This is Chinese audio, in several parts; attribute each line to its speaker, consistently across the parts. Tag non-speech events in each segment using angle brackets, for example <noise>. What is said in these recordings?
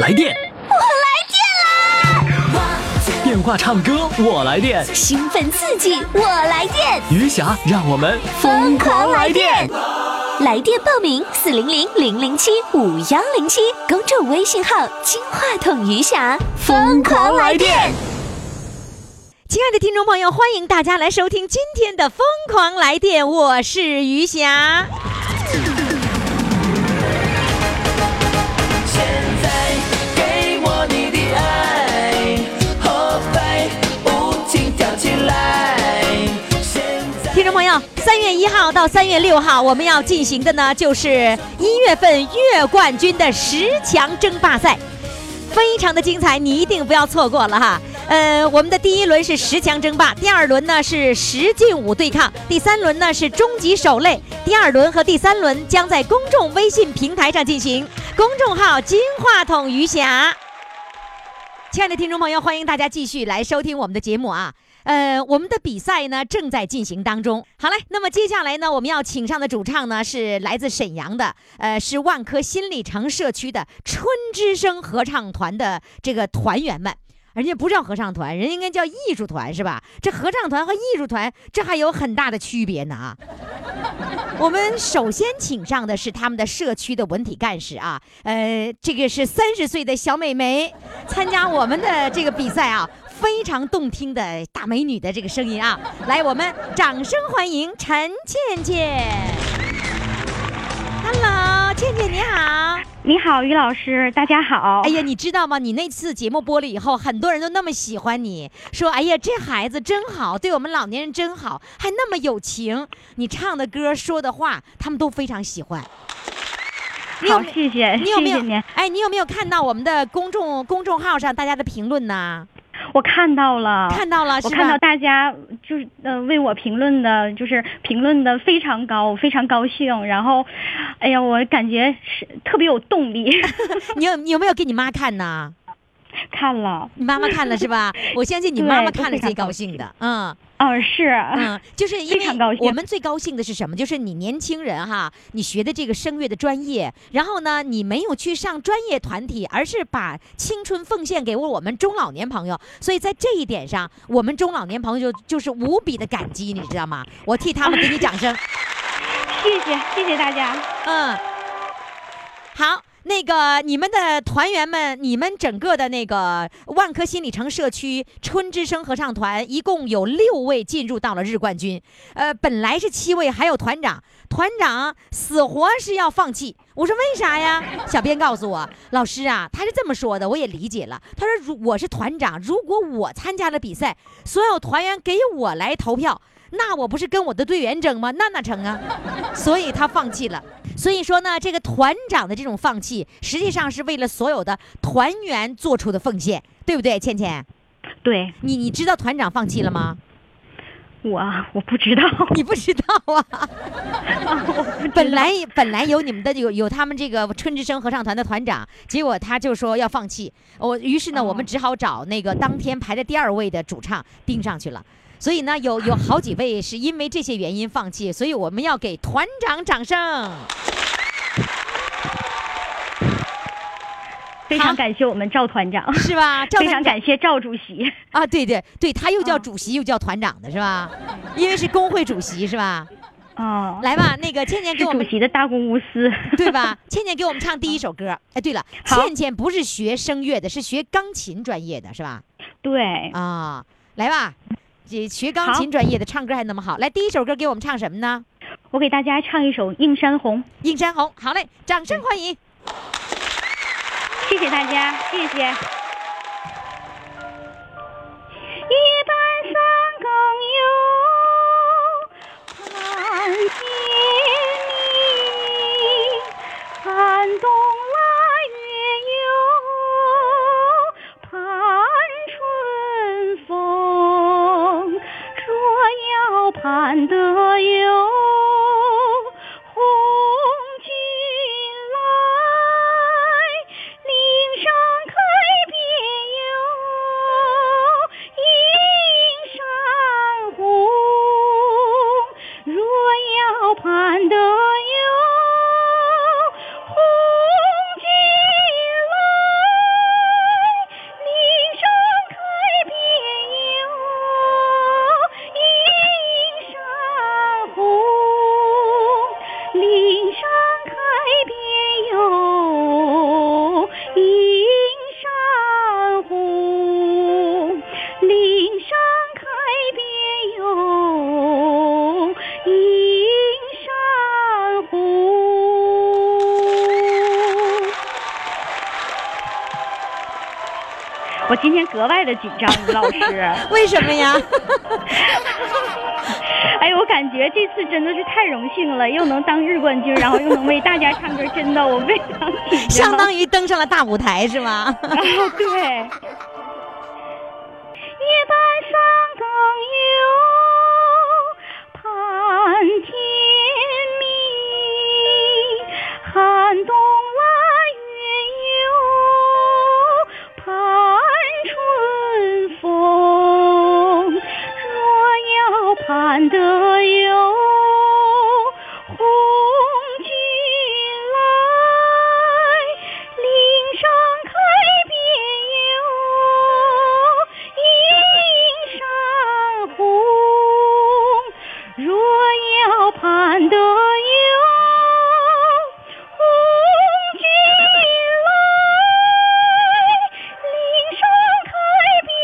Speaker 1: 来电，我来电啦！电话唱歌，我来电。
Speaker 2: 兴奋刺激，我来电，
Speaker 1: 余霞，让我们疯狂来电！
Speaker 2: 来电报名：四零零零零七五幺零七，公众微信号“金话筒余霞”，疯狂来电。
Speaker 3: 亲爱的听众朋友，欢迎大家来收听今天的《疯狂来电》，我是余霞。
Speaker 4: 现在给我你的爱，后背不停跳起来。现在
Speaker 3: 听众朋友，三月一号到三月六号，我们要进行的呢就是一月份月冠军的十强争霸赛，非常的精彩，你一定不要错过了哈。呃，我们的第一轮是十强争霸，第二轮呢是十进五对抗，第三轮呢是终极守擂。第二轮和第三轮将在公众微信平台上进行，公众号“金话筒余霞”。亲爱的听众朋友，欢迎大家继续来收听我们的节目啊。呃，我们的比赛呢正在进行当中。好嘞，那么接下来呢，我们要请上的主唱呢是来自沈阳的，呃，是万科新里程社区的春之声合唱团的这个团员们。人家不叫合唱团，人家应该叫艺术团是吧？这合唱团和艺术团，这还有很大的区别呢啊！ <laughs> 我们首先请上的是他们的社区的文体干事啊，呃，这个是三十岁的小美眉，参加我们的这个比赛啊，非常动听的大美女的这个声音啊，来，我们掌声欢迎陈倩倩。Hello，倩倩你好。
Speaker 5: 你好，于老师，大家好。
Speaker 3: 哎呀，你知道吗？你那次节目播了以后，很多人都那么喜欢你，说：“哎呀，这孩子真好，对我们老年人真好，还那么有情。”你唱的歌、说的话，他们都非常喜欢。你有
Speaker 5: 好，
Speaker 3: 没
Speaker 5: 谢谢，
Speaker 3: 你有没有
Speaker 5: 谢谢您。
Speaker 3: 哎，你有没有看到我们的公众公众号上大家的评论呢？
Speaker 5: 我看到了，
Speaker 3: 看到了，是
Speaker 5: 我
Speaker 3: 吧
Speaker 5: 看到大家就是呃为我评论的，就是评论的非常高，我非常高兴。然后，哎呀，我感觉是特别有动
Speaker 3: <laughs>
Speaker 5: 力。
Speaker 3: 你有你有没有给你妈看呢？
Speaker 5: 看了，
Speaker 3: 你妈妈看了
Speaker 5: <laughs>
Speaker 3: 是吧？我相信你妈妈
Speaker 5: 对都
Speaker 3: 看了
Speaker 5: 非常
Speaker 3: 最高
Speaker 5: 高
Speaker 3: 兴的，嗯。
Speaker 5: 嗯、是，
Speaker 3: 嗯，就是因
Speaker 5: 非
Speaker 3: 为
Speaker 5: 常高兴
Speaker 3: 我们最高兴的是什么？就是你年轻人哈，你学的这个声乐的专业，然后呢，你没有去上专业团体，而是把青春奉献给我们中老年朋友。所以在这一点上，我们中老年朋友就就是无比的感激，你知道吗？我替他们给你掌声。
Speaker 5: 谢谢，谢谢大家。
Speaker 3: 嗯，好，那个你们的团员们，你们整个的那个万科新里程社区春之声合唱团，一共有六位进入到了日冠军。呃，本来是七位，还有团长，团长死活是要放弃。我说为啥呀？小编告诉我，老师啊，他是这么说的，我也理解了。他说，如我是团长，如果我参加了比赛，所有团员给我来投票，那我不是跟我的队员争吗？那哪成啊？所以他放弃了。所以说呢，这个团长的这种放弃，实际上是为了所有的团员做出的奉献，对不对，倩倩？
Speaker 5: 对
Speaker 3: 你你知道团长放弃了吗？
Speaker 5: 我，我不知道，
Speaker 3: 你不知道啊，
Speaker 5: 我不知
Speaker 3: 本
Speaker 5: 道
Speaker 3: 来本来有你们的有有他们这个春之声合唱团的团长，结果他就说要放弃，我于是呢，我们只好找那个当天排在第二位的主唱盯上去了。所以呢，有有好几位是因为这些原因放弃，所以我们要给团长掌声。
Speaker 5: 非
Speaker 3: 好
Speaker 5: 常感谢我们赵团长，
Speaker 3: 是吧？赵
Speaker 5: 非
Speaker 3: 团
Speaker 5: 常
Speaker 3: 长
Speaker 5: 感谢赵主席。
Speaker 3: 啊，对对对，他又叫
Speaker 5: 嗯
Speaker 3: 主席又叫团长的是吧？因为是工会主席是吧？
Speaker 5: 啊、
Speaker 3: 来吧，那个倩倩
Speaker 5: 是
Speaker 3: 给我
Speaker 5: 主
Speaker 3: 们
Speaker 5: 席的大公无
Speaker 3: <laughs>
Speaker 5: 私。
Speaker 3: 对吧？倩倩给我们唱第一首歌。哎，对了，
Speaker 5: 好
Speaker 3: 倩倩不是学声乐的，是学钢琴专业的是吧？
Speaker 5: 对，
Speaker 3: 啊，来吧，这学钢
Speaker 5: 好
Speaker 3: 琴专业的唱歌还那么好。来，第一首歌给我们唱什么呢？
Speaker 5: 我给大家唱一首《映山红》，
Speaker 3: 映山红。好嘞，掌声欢迎。
Speaker 5: 谢谢大家，谢谢。一半三更有，盼天明；盼冬腊月有，盼春风。若要盼得有红军来，岭上开遍我今天格外的紧张，吴老师。
Speaker 3: 为什
Speaker 5: <laughs>
Speaker 3: 么呀？
Speaker 5: 哎，我感觉这次真的是太荣幸了，又能当日冠军，然后又能为大家唱歌，真的我非常紧张。
Speaker 3: 相当于登上了大舞台是吗？ <laughs>
Speaker 5: 啊， <laughs> 对。夜半三更有盼天明，寒冬腊月有盼春风。若要盼得有红军来，岭上开遍有映山红。若要盼得有红军来，岭上开遍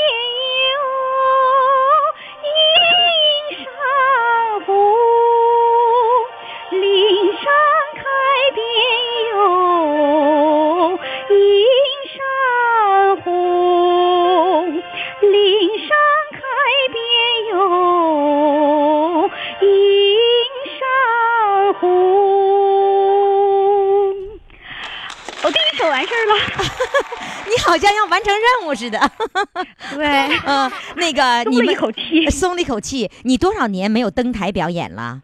Speaker 5: 有映山红。岭上开遍有映山红，岭上开遍有映山红。我第一首完事儿了，
Speaker 3: 你好像要完成任务似的。
Speaker 5: <laughs> 对，
Speaker 3: <laughs> 嗯，那个你
Speaker 5: 松了
Speaker 3: 们。
Speaker 5: 哎一口气
Speaker 3: 哎松了一口气。你多少年没有登台表演了？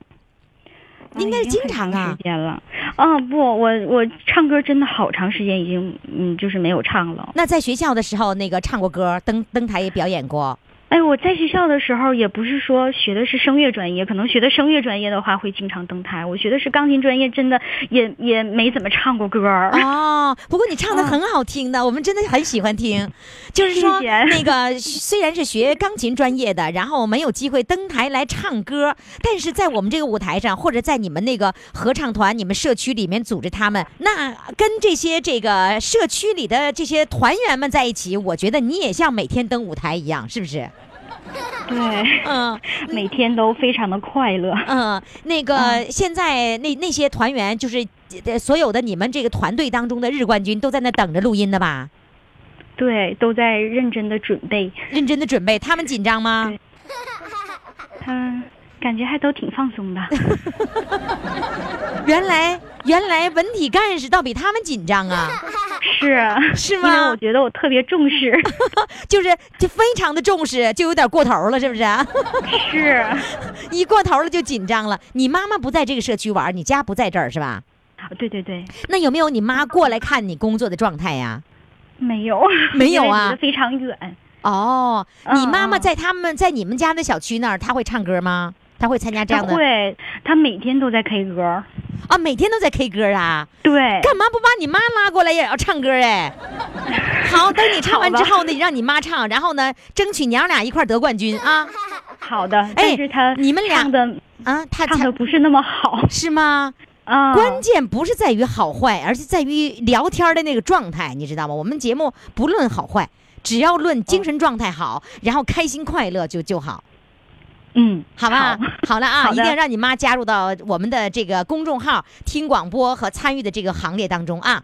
Speaker 3: 应该是经常
Speaker 5: 哎已经很长
Speaker 3: 啊
Speaker 5: 时。间了。啊，不，我我唱歌真的好长时间，已经嗯，就是没有唱了。
Speaker 3: 那在学校的时候，那个唱过歌，登登台也表演
Speaker 5: <laughs>
Speaker 3: 过。
Speaker 5: 哎，我在学校的时候也不是说学的是声乐专业，可能学的声乐专业的话会经常登台。我学的是钢琴专业，真的也也没怎么唱过歌
Speaker 3: <laughs>
Speaker 5: 儿。
Speaker 3: 哦，不过你唱的很好听的，我们真的很喜欢听。就是说，
Speaker 5: 嗯谢谢
Speaker 3: 那个虽然是学钢琴专业的，然后没有机会登台来唱歌，但是在我们这个舞台上，或者在你们那个合唱团、你们社区里面组织他们，那跟这些这个社区里的这些团员们在一起，我觉得你也像每天登舞台一样，是不是？
Speaker 5: 对，
Speaker 3: 嗯
Speaker 5: 每天都非常的快乐。
Speaker 3: 嗯，那个现在那那些团员就是。呃所有的你们这个团队当中的日冠军都在那等着录音的吧？
Speaker 5: 对，都在认真的准备。
Speaker 3: 认真的准备，他们紧张吗？
Speaker 5: 他们感觉还都挺放
Speaker 3: <laughs>
Speaker 5: 松的。
Speaker 3: 原来原来文体干事倒比他们紧张啊，
Speaker 5: <laughs> 是
Speaker 3: 是
Speaker 5: 因为
Speaker 3: 吗
Speaker 5: 我觉得我特别重
Speaker 3: <laughs>
Speaker 5: 视。
Speaker 3: 就是就非常的重视，就有点过头了，是不是、啊？ <laughs>
Speaker 5: 是，啊
Speaker 3: 一过头了就紧张了。你妈妈不在这个社区玩，你家不在这儿是吧？
Speaker 5: 哦对对对，
Speaker 3: 那有没有你妈过来看你工作的状态呀、
Speaker 5: 没有，
Speaker 3: 没有
Speaker 5: 因为离
Speaker 3: 啊
Speaker 5: 得非常远。
Speaker 3: 哦，你妈妈
Speaker 5: 嗯嗯
Speaker 3: 在他们在你们家的小区那儿，她会唱歌吗？她会参加这
Speaker 5: 他
Speaker 3: 样的
Speaker 5: 会，他每天都在 K 歌。
Speaker 3: 啊？每天都在 K 歌啊？
Speaker 5: 对，
Speaker 3: 干嘛不把你妈拉过来也要唱
Speaker 5: <laughs>
Speaker 3: 歌哎？好，等你唱完之后呢，你让你妈唱，然后呢，争取娘俩一块儿得冠军
Speaker 5: <laughs>
Speaker 3: 啊！
Speaker 5: 好的，但是他
Speaker 3: 你们俩
Speaker 5: 唱的
Speaker 3: 啊，她
Speaker 5: 唱
Speaker 3: 她
Speaker 5: 的不是那么好
Speaker 3: 是吗？
Speaker 5: 啊。
Speaker 3: 关键不是在于好坏，而是在于聊天的那个状态，你知道吗？我们节目不论好坏，只要论精神状态好，然后开心快乐就就好，
Speaker 5: 嗯，
Speaker 3: 好吧？好了啊，
Speaker 5: <laughs> 好的
Speaker 3: 一定要让你妈加入到我们的这个公众号听广播和参与的这个行列当中啊。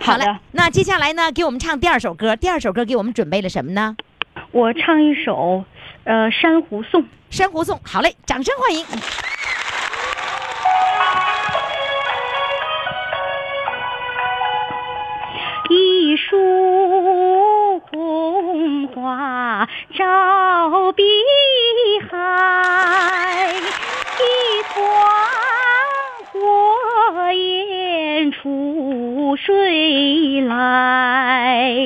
Speaker 5: 好
Speaker 3: 嘞
Speaker 5: 的，
Speaker 3: 那接下来呢，给我们唱第二首歌。第二首歌给我们准备了什么呢？
Speaker 5: 我唱一首，呃，《珊瑚颂》。
Speaker 3: 《珊瑚颂》。好嘞，掌声欢迎。
Speaker 5: 一树红花照碧海，一团火焰出水来。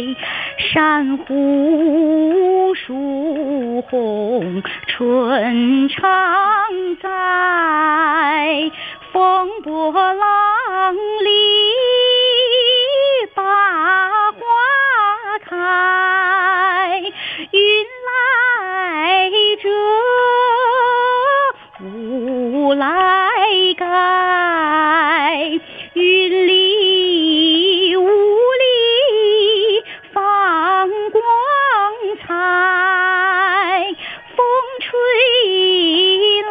Speaker 5: 珊瑚树红春常在，风波浪里把花开。云来遮，雾来盖，云里雾里放光彩，风吹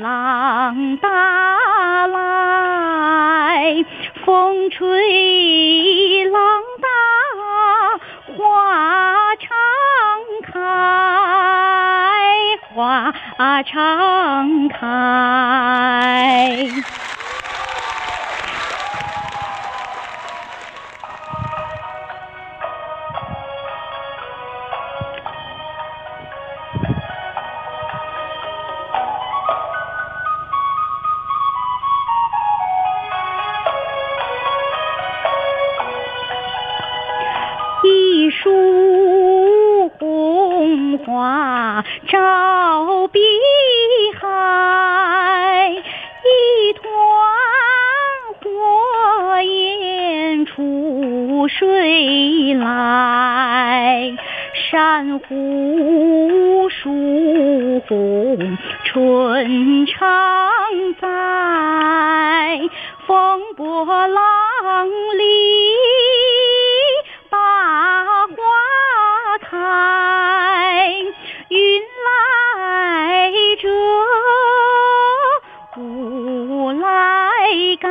Speaker 5: 来，浪打来。花常开。一树红花照碧海，一团火焰出水来。珊瑚树红春常在，风波浪里把花开，云来遮，雾来盖，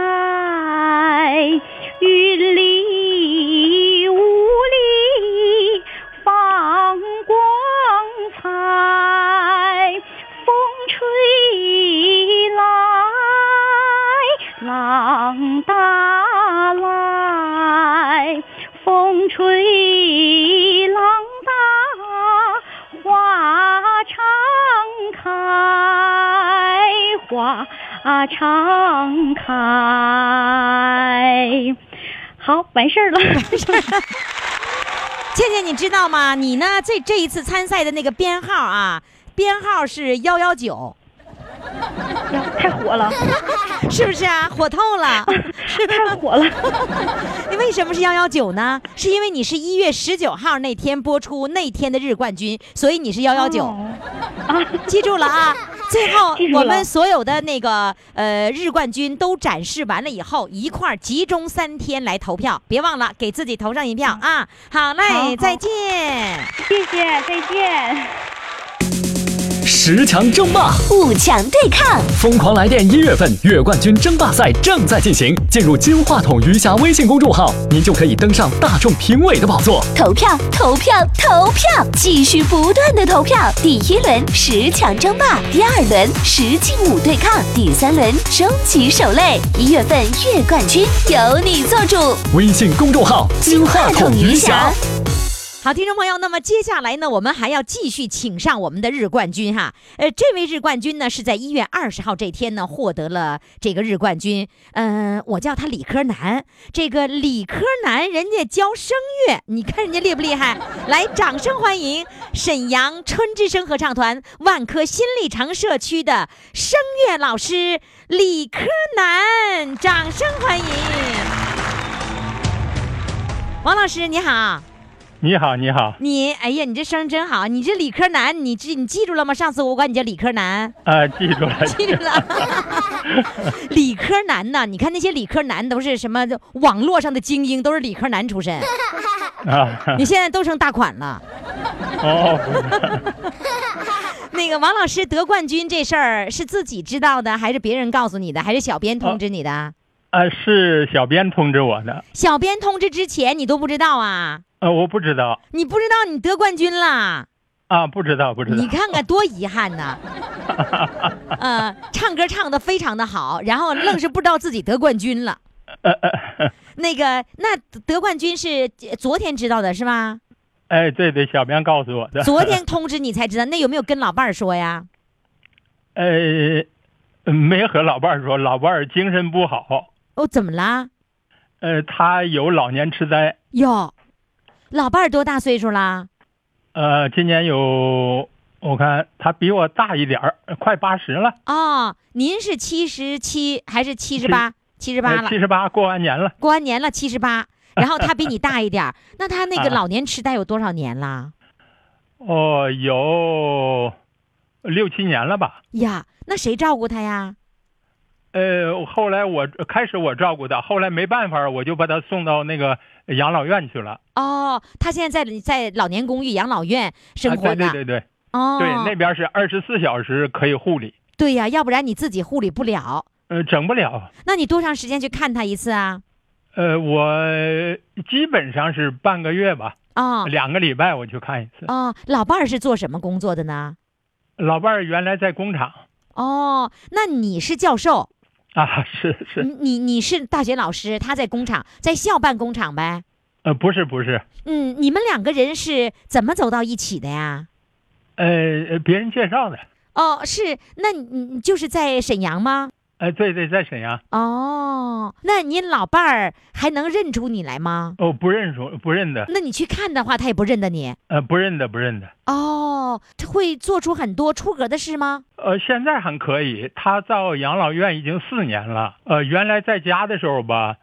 Speaker 5: 云里雾里放光彩，风吹来，浪打来，风吹浪打，花常开，花常开。好，完事儿了。 <laughs>
Speaker 3: 倩倩，你知道吗？你呢？这这一次参赛的那个编号啊，编号是幺幺九，
Speaker 5: 呀太火了，
Speaker 3: 是不是啊？火
Speaker 5: <laughs>
Speaker 3: 透了。
Speaker 5: 太火了。
Speaker 3: 你为什么是幺幺九呢？是因为你是一月十九号那天播出那天的日冠军，所以你是幺幺九。
Speaker 6: 啊
Speaker 5: 哦
Speaker 3: 记住了
Speaker 5: <laughs>
Speaker 3: 啊！最后
Speaker 5: 记住了
Speaker 3: 我们所有的那个呃日冠军都展示完了以后，一块儿集中三天来投票，别忘了给自己投上一票啊！好
Speaker 5: 好好
Speaker 3: 嘞，再见。
Speaker 5: 谢谢，再见。
Speaker 1: 十强争霸，
Speaker 2: 五强对抗。
Speaker 1: 疯狂来电！一月份月冠军争霸赛正在进行，进入金话筒余霞微信公众号，您就可以登上大众评委的宝座。
Speaker 2: 投票，投票，投票！继续不断的投票。第一轮十强争霸，第二轮十进五对抗，第三轮终极守擂。一月份月冠军由你做主。
Speaker 1: 微信公众号金话筒余霞。
Speaker 3: 好，听众朋友，那么接下来呢，我们还要继续请上我们的日冠军哈。呃，这位日冠军呢是在一月二十号这天呢获得了这个日冠军。嗯、我叫他理科男。这个理科男人家教声乐，你看人家厉不厉害？来，掌声欢迎沈阳春之声合唱团万科新力城社区的声乐老师理科男，掌声欢迎。王老师，你好。
Speaker 7: 你好，你好，
Speaker 3: 你哎呀，你这声儿真好！你这理科男，你记你记住了吗？上次我管你叫理科男，
Speaker 7: 啊，记住了，
Speaker 3: 记住了。理科男呐，你看那些理科男都是什么网络上的精英，都是理科男出身。
Speaker 7: 啊，
Speaker 3: 你现在都成大款了。
Speaker 7: 哦，不是
Speaker 3: 那个王老师得冠军这事儿是自己知道的，还是别人告诉你的，还是小编通知你的？
Speaker 7: 啊，是小编通知我的，
Speaker 3: 小编通知之前你都不知道啊？
Speaker 7: 呃，我不知道，
Speaker 3: 你不知道你得冠军啦？
Speaker 7: 啊，不知道，不知道
Speaker 3: 你，看看多遗憾
Speaker 7: <laughs>
Speaker 3: 呐！呃，唱歌唱的非常的好，然后愣是不知道自己得冠军了。那个，那得冠军是呃昨天知道的是
Speaker 7: <laughs>
Speaker 3: 吧？
Speaker 7: 哎，对对，小编告诉我的，
Speaker 3: 昨，天通知你才知道，那有没有跟老伴儿说呀？
Speaker 7: 呃，没和老伴儿说，老伴儿精神不好，
Speaker 3: 哦，怎么啦？
Speaker 7: 呃，他有老年痴呆，
Speaker 3: 哟，老伴儿多大岁数啦？
Speaker 7: 呃，今年有，我看他比我大一点儿，快八十了，
Speaker 3: 哦，您是七十七还是七十八？七十八了
Speaker 7: 呃七，十八，过完年了，
Speaker 3: 过完年了七十八。然后他比你大一点
Speaker 7: <laughs>
Speaker 3: 儿，那他那个
Speaker 7: 啊
Speaker 3: 老年痴呆有多少年啦？
Speaker 7: 哦，有六七年了吧。
Speaker 3: 呀，那谁照顾他呀？
Speaker 7: 呃，后来我开始我照顾他，后来没办法，我就把他送到那个养老院去了。
Speaker 3: 哦，他现在在在老年公寓养老院生
Speaker 7: 啊、
Speaker 3: 活呢。
Speaker 7: 对对对对、
Speaker 3: 哦，
Speaker 7: 对，那边是二十四小时可以护理，
Speaker 3: 对呀、要不然你自己护理不了。
Speaker 7: 呃，整不了。
Speaker 3: 那你多长时间去看他一次啊？
Speaker 7: 呃，我基本上是半个月吧，
Speaker 3: 哦
Speaker 7: 两个礼拜我去看一次。
Speaker 3: 哦，老伴儿是做什么工作的呢？
Speaker 7: 老伴儿原来在工厂
Speaker 3: 哦，那你是教授，
Speaker 7: 啊， <laughs> 是是，
Speaker 3: 你你你是大学老师，他在工厂，在校办工厂呗。
Speaker 7: 呃，不是不是，
Speaker 3: 嗯，你们两个人是怎么走到一起的呀？
Speaker 7: 呃，呃别人介绍的，
Speaker 3: 哦，是，那你你就是在沈阳吗？
Speaker 7: 呃，对对，在沈阳，
Speaker 3: 哦，那你老伴儿还能认出你来吗？
Speaker 7: 哦，不认识不认得，
Speaker 3: 那你去看的话，他也不认得你。
Speaker 7: 呃，不认得不认得，
Speaker 3: 哦，他会做出很多出格的事吗？
Speaker 7: 呃，现在还可以，他到养老院已经四年了，呃，原来在家的时候吧，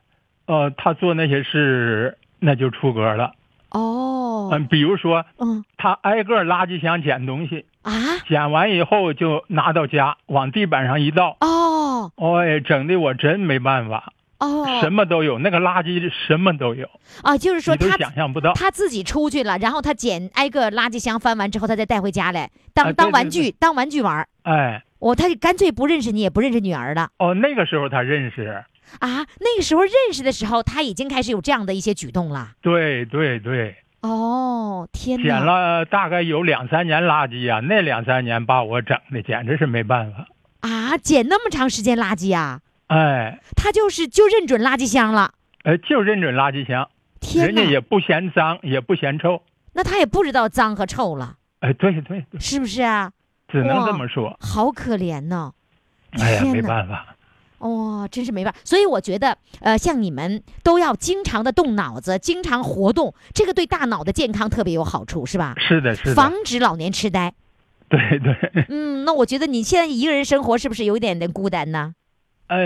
Speaker 7: 呃，他做那些事那就出格了，嗯、
Speaker 3: 哦，
Speaker 7: 比如说
Speaker 3: 嗯
Speaker 7: 他挨个垃圾箱捡东西，
Speaker 3: 啊，
Speaker 7: 捡完以后就拿到家，往地板上一倒，
Speaker 3: 哦
Speaker 7: 哎，整的我真没办法，什
Speaker 3: 哦，
Speaker 7: 么都有，那个垃圾什么都有，
Speaker 3: 啊，就是说
Speaker 7: 你都
Speaker 3: 他
Speaker 7: 想象不到。
Speaker 3: 他自己出去了，然后他捡挨个垃圾箱翻完之后，他再带回家来
Speaker 7: 啊
Speaker 3: 当
Speaker 7: 对
Speaker 3: 当
Speaker 7: 对
Speaker 3: 玩
Speaker 7: 对
Speaker 3: 具，当玩具玩儿。
Speaker 7: 哎，
Speaker 3: 哦，他就干脆不认识你，也不认识女儿了
Speaker 7: 哦，那个时候他认识，
Speaker 3: 啊！那个时候认识的时候，他已经开始有这样的一些举动了。
Speaker 7: 对对对，
Speaker 3: 哦，天
Speaker 7: 捡
Speaker 3: 哪！
Speaker 7: 了大概有两三年垃圾呀、那两三年把我整的简直是没办法。
Speaker 3: 啊，捡那么长时间垃圾啊！
Speaker 7: 哎，
Speaker 3: 他就是就认准垃圾箱了。
Speaker 7: 呃，就认准垃圾箱，
Speaker 3: 天
Speaker 7: 人家
Speaker 3: 哪！
Speaker 7: 也不嫌脏，也不嫌臭。
Speaker 3: 那他也不知道脏和臭了，
Speaker 7: 哎，对对对，
Speaker 3: 是不是啊？
Speaker 7: 只能
Speaker 3: 哇
Speaker 7: 这么说。
Speaker 3: 好可怜呢！
Speaker 7: 哎呀，
Speaker 3: 天
Speaker 7: 没
Speaker 3: 哪
Speaker 7: 办法。
Speaker 3: 哇、真是没办法。所以我觉得，呃，像你们都要经常的动脑子，经常活动，这个对大脑的健康特别有好处，是吧？
Speaker 7: 是的，是的，
Speaker 3: 防止老年痴呆。
Speaker 7: <laughs> 对对。
Speaker 3: 嗯，那我觉得你现在一个人生活是不是有一点点孤单呢？
Speaker 7: 呃，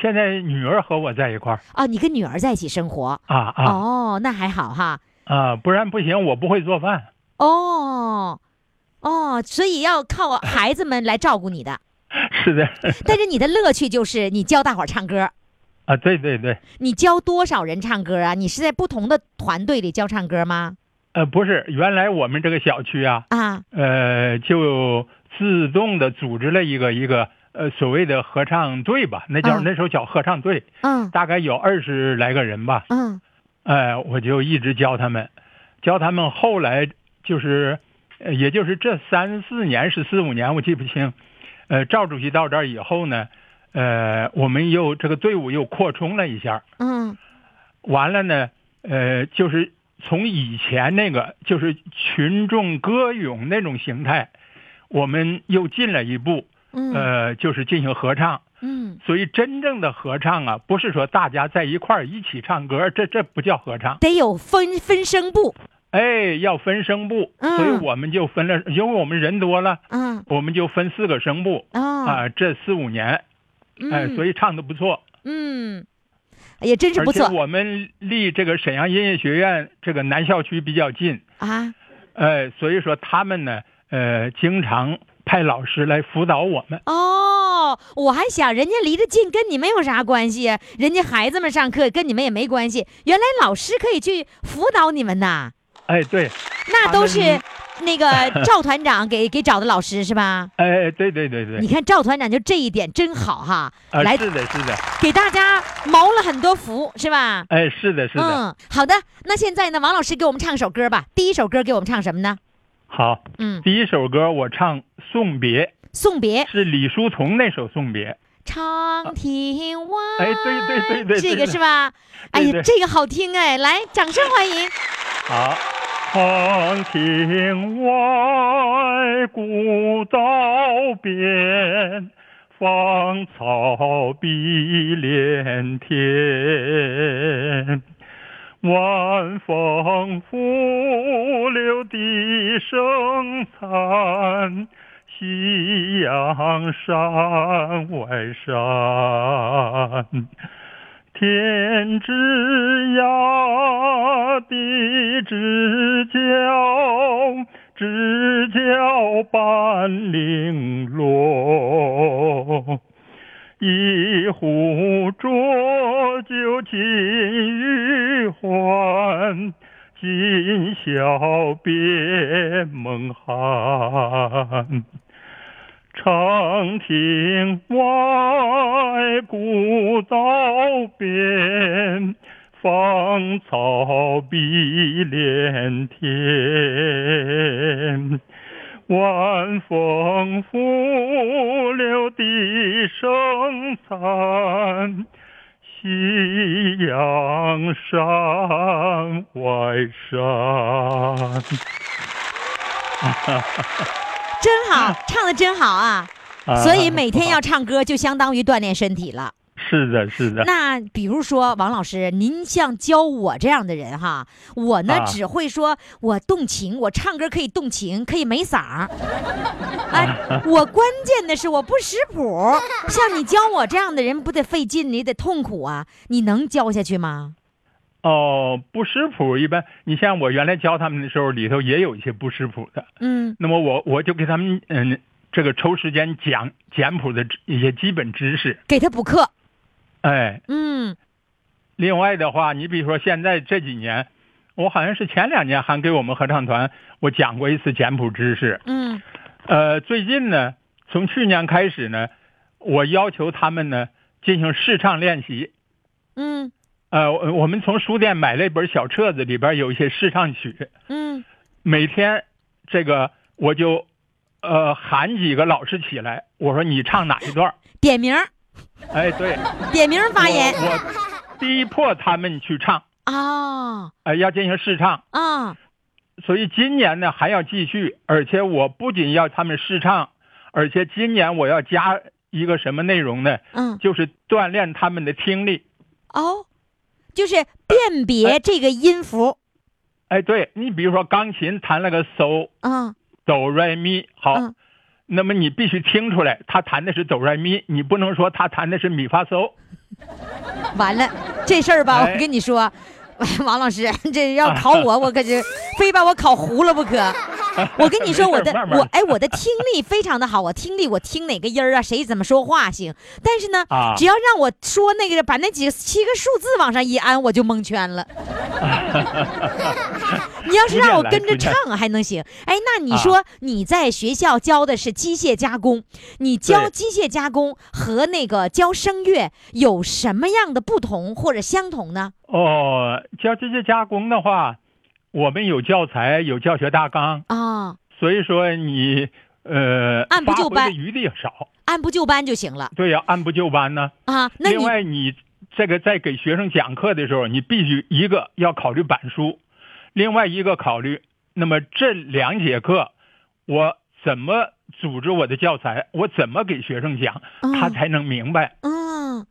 Speaker 7: 现在女儿和我在一块儿
Speaker 3: 啊，你跟女儿在一起生活，
Speaker 7: 啊啊
Speaker 3: 哦，那还好哈。
Speaker 7: 啊，不然不行，我不会做饭。
Speaker 3: 哦，哦，所以要靠孩子们来照顾你的。
Speaker 7: 是的，
Speaker 3: 但是你的乐趣就是你教大伙儿唱歌，
Speaker 7: 啊，对对对，
Speaker 3: 你教多少人唱歌啊？你是在不同的团队里教唱歌吗？
Speaker 7: 呃，不是，原来我们这个小区啊，
Speaker 3: 啊，
Speaker 7: 呃，就自动的组织了一个一个呃所谓的合唱队吧，那叫、
Speaker 3: 嗯
Speaker 7: 那时候叫合唱队，
Speaker 3: 嗯
Speaker 7: 大概有二十来个人吧，
Speaker 3: 嗯
Speaker 7: 呃，我就一直教他们，教他们，后来就是，呃也就是这三四年是四五年，我记不清，呃，赵主席到这儿以后呢，呃，我们又这个队伍又扩充了一下，
Speaker 3: 嗯
Speaker 7: 完了呢，呃，就是从以前那个就是群众歌咏那种形态，我们又进了一步，
Speaker 3: 嗯
Speaker 7: 呃，就是进行合唱。
Speaker 3: 嗯，
Speaker 7: 所以真正的合唱啊，不是说大家在一块儿一起唱歌，这这不叫合唱，
Speaker 3: 得有分分声部，
Speaker 7: 哎，要分声部。
Speaker 3: 嗯
Speaker 7: 所以我们就分了，因为我们人多了，
Speaker 3: 嗯
Speaker 7: 我们就分四个声部
Speaker 3: 啊，
Speaker 7: 啊。这四五年，哎，
Speaker 3: 嗯
Speaker 7: 所以唱的不错，
Speaker 3: 嗯，也真是不
Speaker 7: 而
Speaker 3: 错
Speaker 7: 且我们离这个沈阳音乐学院这个南校区比较近，
Speaker 3: 啊。
Speaker 7: 呃，所以说他们呢，呃，经常派老师来辅导我们。
Speaker 3: 哦，我还想人家离得近，跟你们有啥关系？人家孩子们上课跟你们也没关系。原来老师可以去辅导你们呐，
Speaker 7: 哎，对，
Speaker 3: 那都
Speaker 7: 他
Speaker 3: 是
Speaker 7: 们
Speaker 3: 那
Speaker 7: <laughs>
Speaker 3: 个赵团长给给找的老师是吧？
Speaker 7: 哎，对对对
Speaker 3: 你
Speaker 7: 对，
Speaker 3: 看赵团长就这一点真好哈，
Speaker 7: 啊、
Speaker 3: 来
Speaker 7: 是的，是的，
Speaker 3: 给大家谋了很多福是吧？
Speaker 7: 哎，是的，是的，
Speaker 3: 嗯，好的，那现在呢，王老师给我们唱首歌吧。第一首歌给我们唱什么呢？
Speaker 7: 好。
Speaker 3: 嗯，
Speaker 7: 第一首歌我唱《送别》，
Speaker 3: 送别。
Speaker 7: 是李叔同那首《送别》。
Speaker 3: 长亭外，
Speaker 7: 哎对对对对
Speaker 3: 这
Speaker 7: 对
Speaker 3: 个
Speaker 7: 对
Speaker 3: 是吧？哎
Speaker 7: 对
Speaker 3: 呀，
Speaker 7: 对
Speaker 3: 这个好听哎，来，掌声欢迎。
Speaker 7: 好，长亭外，古道边，芳草碧连天。晚风拂柳笛声残，夕阳山外山。天之涯，地之角，知交半零落。一壶浊酒尽余欢，今宵别梦寒。长亭外，古道边，芳草碧连天。晚风拂柳笛声残，夕阳山外山。
Speaker 3: 真好，唱的真好啊！
Speaker 7: 啊
Speaker 3: 所以每天要唱歌，就相当于锻炼身体了。
Speaker 7: 是的，是 <laughs> 的，
Speaker 3: 那比如说，王老师，您像教我这样的人哈，我呢、
Speaker 7: 啊
Speaker 3: 只会说我动情，我唱歌可以动情，可以没嗓儿。哎，我关键的是我不识谱，像你教我这样的人，不得费劲，你得痛苦啊！你能教下去吗？
Speaker 7: 哦，不识谱一般。你像我原来教他们的时候，里头也有一些不识谱的。
Speaker 3: 嗯，
Speaker 7: 那么我我就给他们嗯，这个抽时间讲简谱的知一些基本知识。
Speaker 3: 给他补课。
Speaker 7: 哎，
Speaker 3: 嗯，
Speaker 7: 另外的话，你比如说现在这几年，我好像是前两年还给我们合唱团我讲过一次简谱知识。
Speaker 3: 嗯，
Speaker 7: 呃，最近呢，从去年开始呢，我要求他们呢进行试唱练习。
Speaker 3: 嗯，
Speaker 7: 呃，我我们从书店买了一本小册子，里边有一些试唱曲。
Speaker 3: 嗯，
Speaker 7: 每天这个我就呃喊几个老师起来，我说你唱哪一段儿？
Speaker 3: 点名儿，
Speaker 7: 哎，对，
Speaker 3: 点名儿发言
Speaker 7: 我我逼迫他们去唱，
Speaker 3: 啊
Speaker 7: 哎、要进行试唱。
Speaker 3: 啊！
Speaker 7: 所以今年呢还要继续，而且我不仅要他们试唱，而且今年我要加一个什么内容呢？
Speaker 3: 嗯，
Speaker 7: 就是锻炼他们的听力。
Speaker 3: 哦，就是辨别这个音符。
Speaker 7: 哎，对你比如说钢琴弹了个嗦
Speaker 3: 啊
Speaker 7: 哆来咪，好，
Speaker 3: 嗯
Speaker 7: 那么你必须听出来他弹的是哆来咪，你不能说他弹的是米发嗦。
Speaker 3: 完了，这事儿吧，
Speaker 7: 哎
Speaker 3: 我跟你说， <laughs> 王老师， <laughs> 这要考
Speaker 7: <laughs>
Speaker 3: 我，我可是非把我考糊了不可。我跟你说，
Speaker 7: 没事
Speaker 3: 我的
Speaker 7: 慢慢
Speaker 3: 我
Speaker 7: 来
Speaker 3: 哎，我的听力非常的好，我听力我听哪个音儿啊，谁怎么说话行。但是呢，
Speaker 7: 啊
Speaker 3: 只要让我说那个，把那几个七个数字往上一安，我就蒙圈了。你要是让我跟着唱还能行。哎，那你
Speaker 7: 啊
Speaker 3: 说你在学校教的是机械加工，你教
Speaker 7: 对
Speaker 3: 机械加工和那个教声乐有什么样的不同或者相同呢？
Speaker 7: <laughs> 哦，教这些加工的话，我们有教材，有教学大纲，
Speaker 3: 啊、
Speaker 7: 所以说你呃，
Speaker 3: 按部就班
Speaker 7: 发挥的余地少。
Speaker 3: 按部就班就行了
Speaker 7: 对呀、按部就班呢。
Speaker 3: 啊。那
Speaker 7: 另
Speaker 3: 你
Speaker 7: 外，你这个在给学生讲课的时候，你必须一个要考虑板书，另外一个考虑，那么这两节课我怎么组织我的教材，我怎么给学生讲，他
Speaker 3: 嗯
Speaker 7: 才能明白。
Speaker 3: 嗯，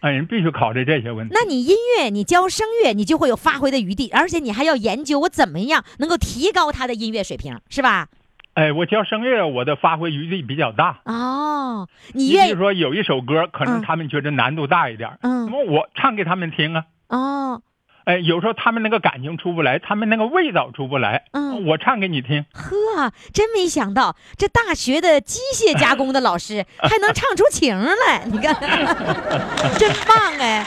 Speaker 7: 哎，人必须考虑这些问题。
Speaker 3: 那你音乐你教声乐，你就会有发挥的余地，而且你还要研究我怎么样能够提高他的音乐水平，是吧？
Speaker 7: 哎，我教声乐，我的发挥余地比较大。
Speaker 3: 哦，你
Speaker 7: 你比
Speaker 3: 愿
Speaker 7: 如
Speaker 3: 意
Speaker 7: 说有一首歌，可能
Speaker 3: 嗯
Speaker 7: 他们觉得难度大一点儿，那
Speaker 3: 嗯
Speaker 7: 么我唱给他们听啊。
Speaker 3: 哦
Speaker 7: 哎，有时候他们那个感情出不来，他们那个味道出不来，
Speaker 3: 嗯
Speaker 7: 我唱给你听。 <laughs>
Speaker 3: 呵，真没想到这大学的机械加工的老师还能唱出情儿来，你看，真棒哎！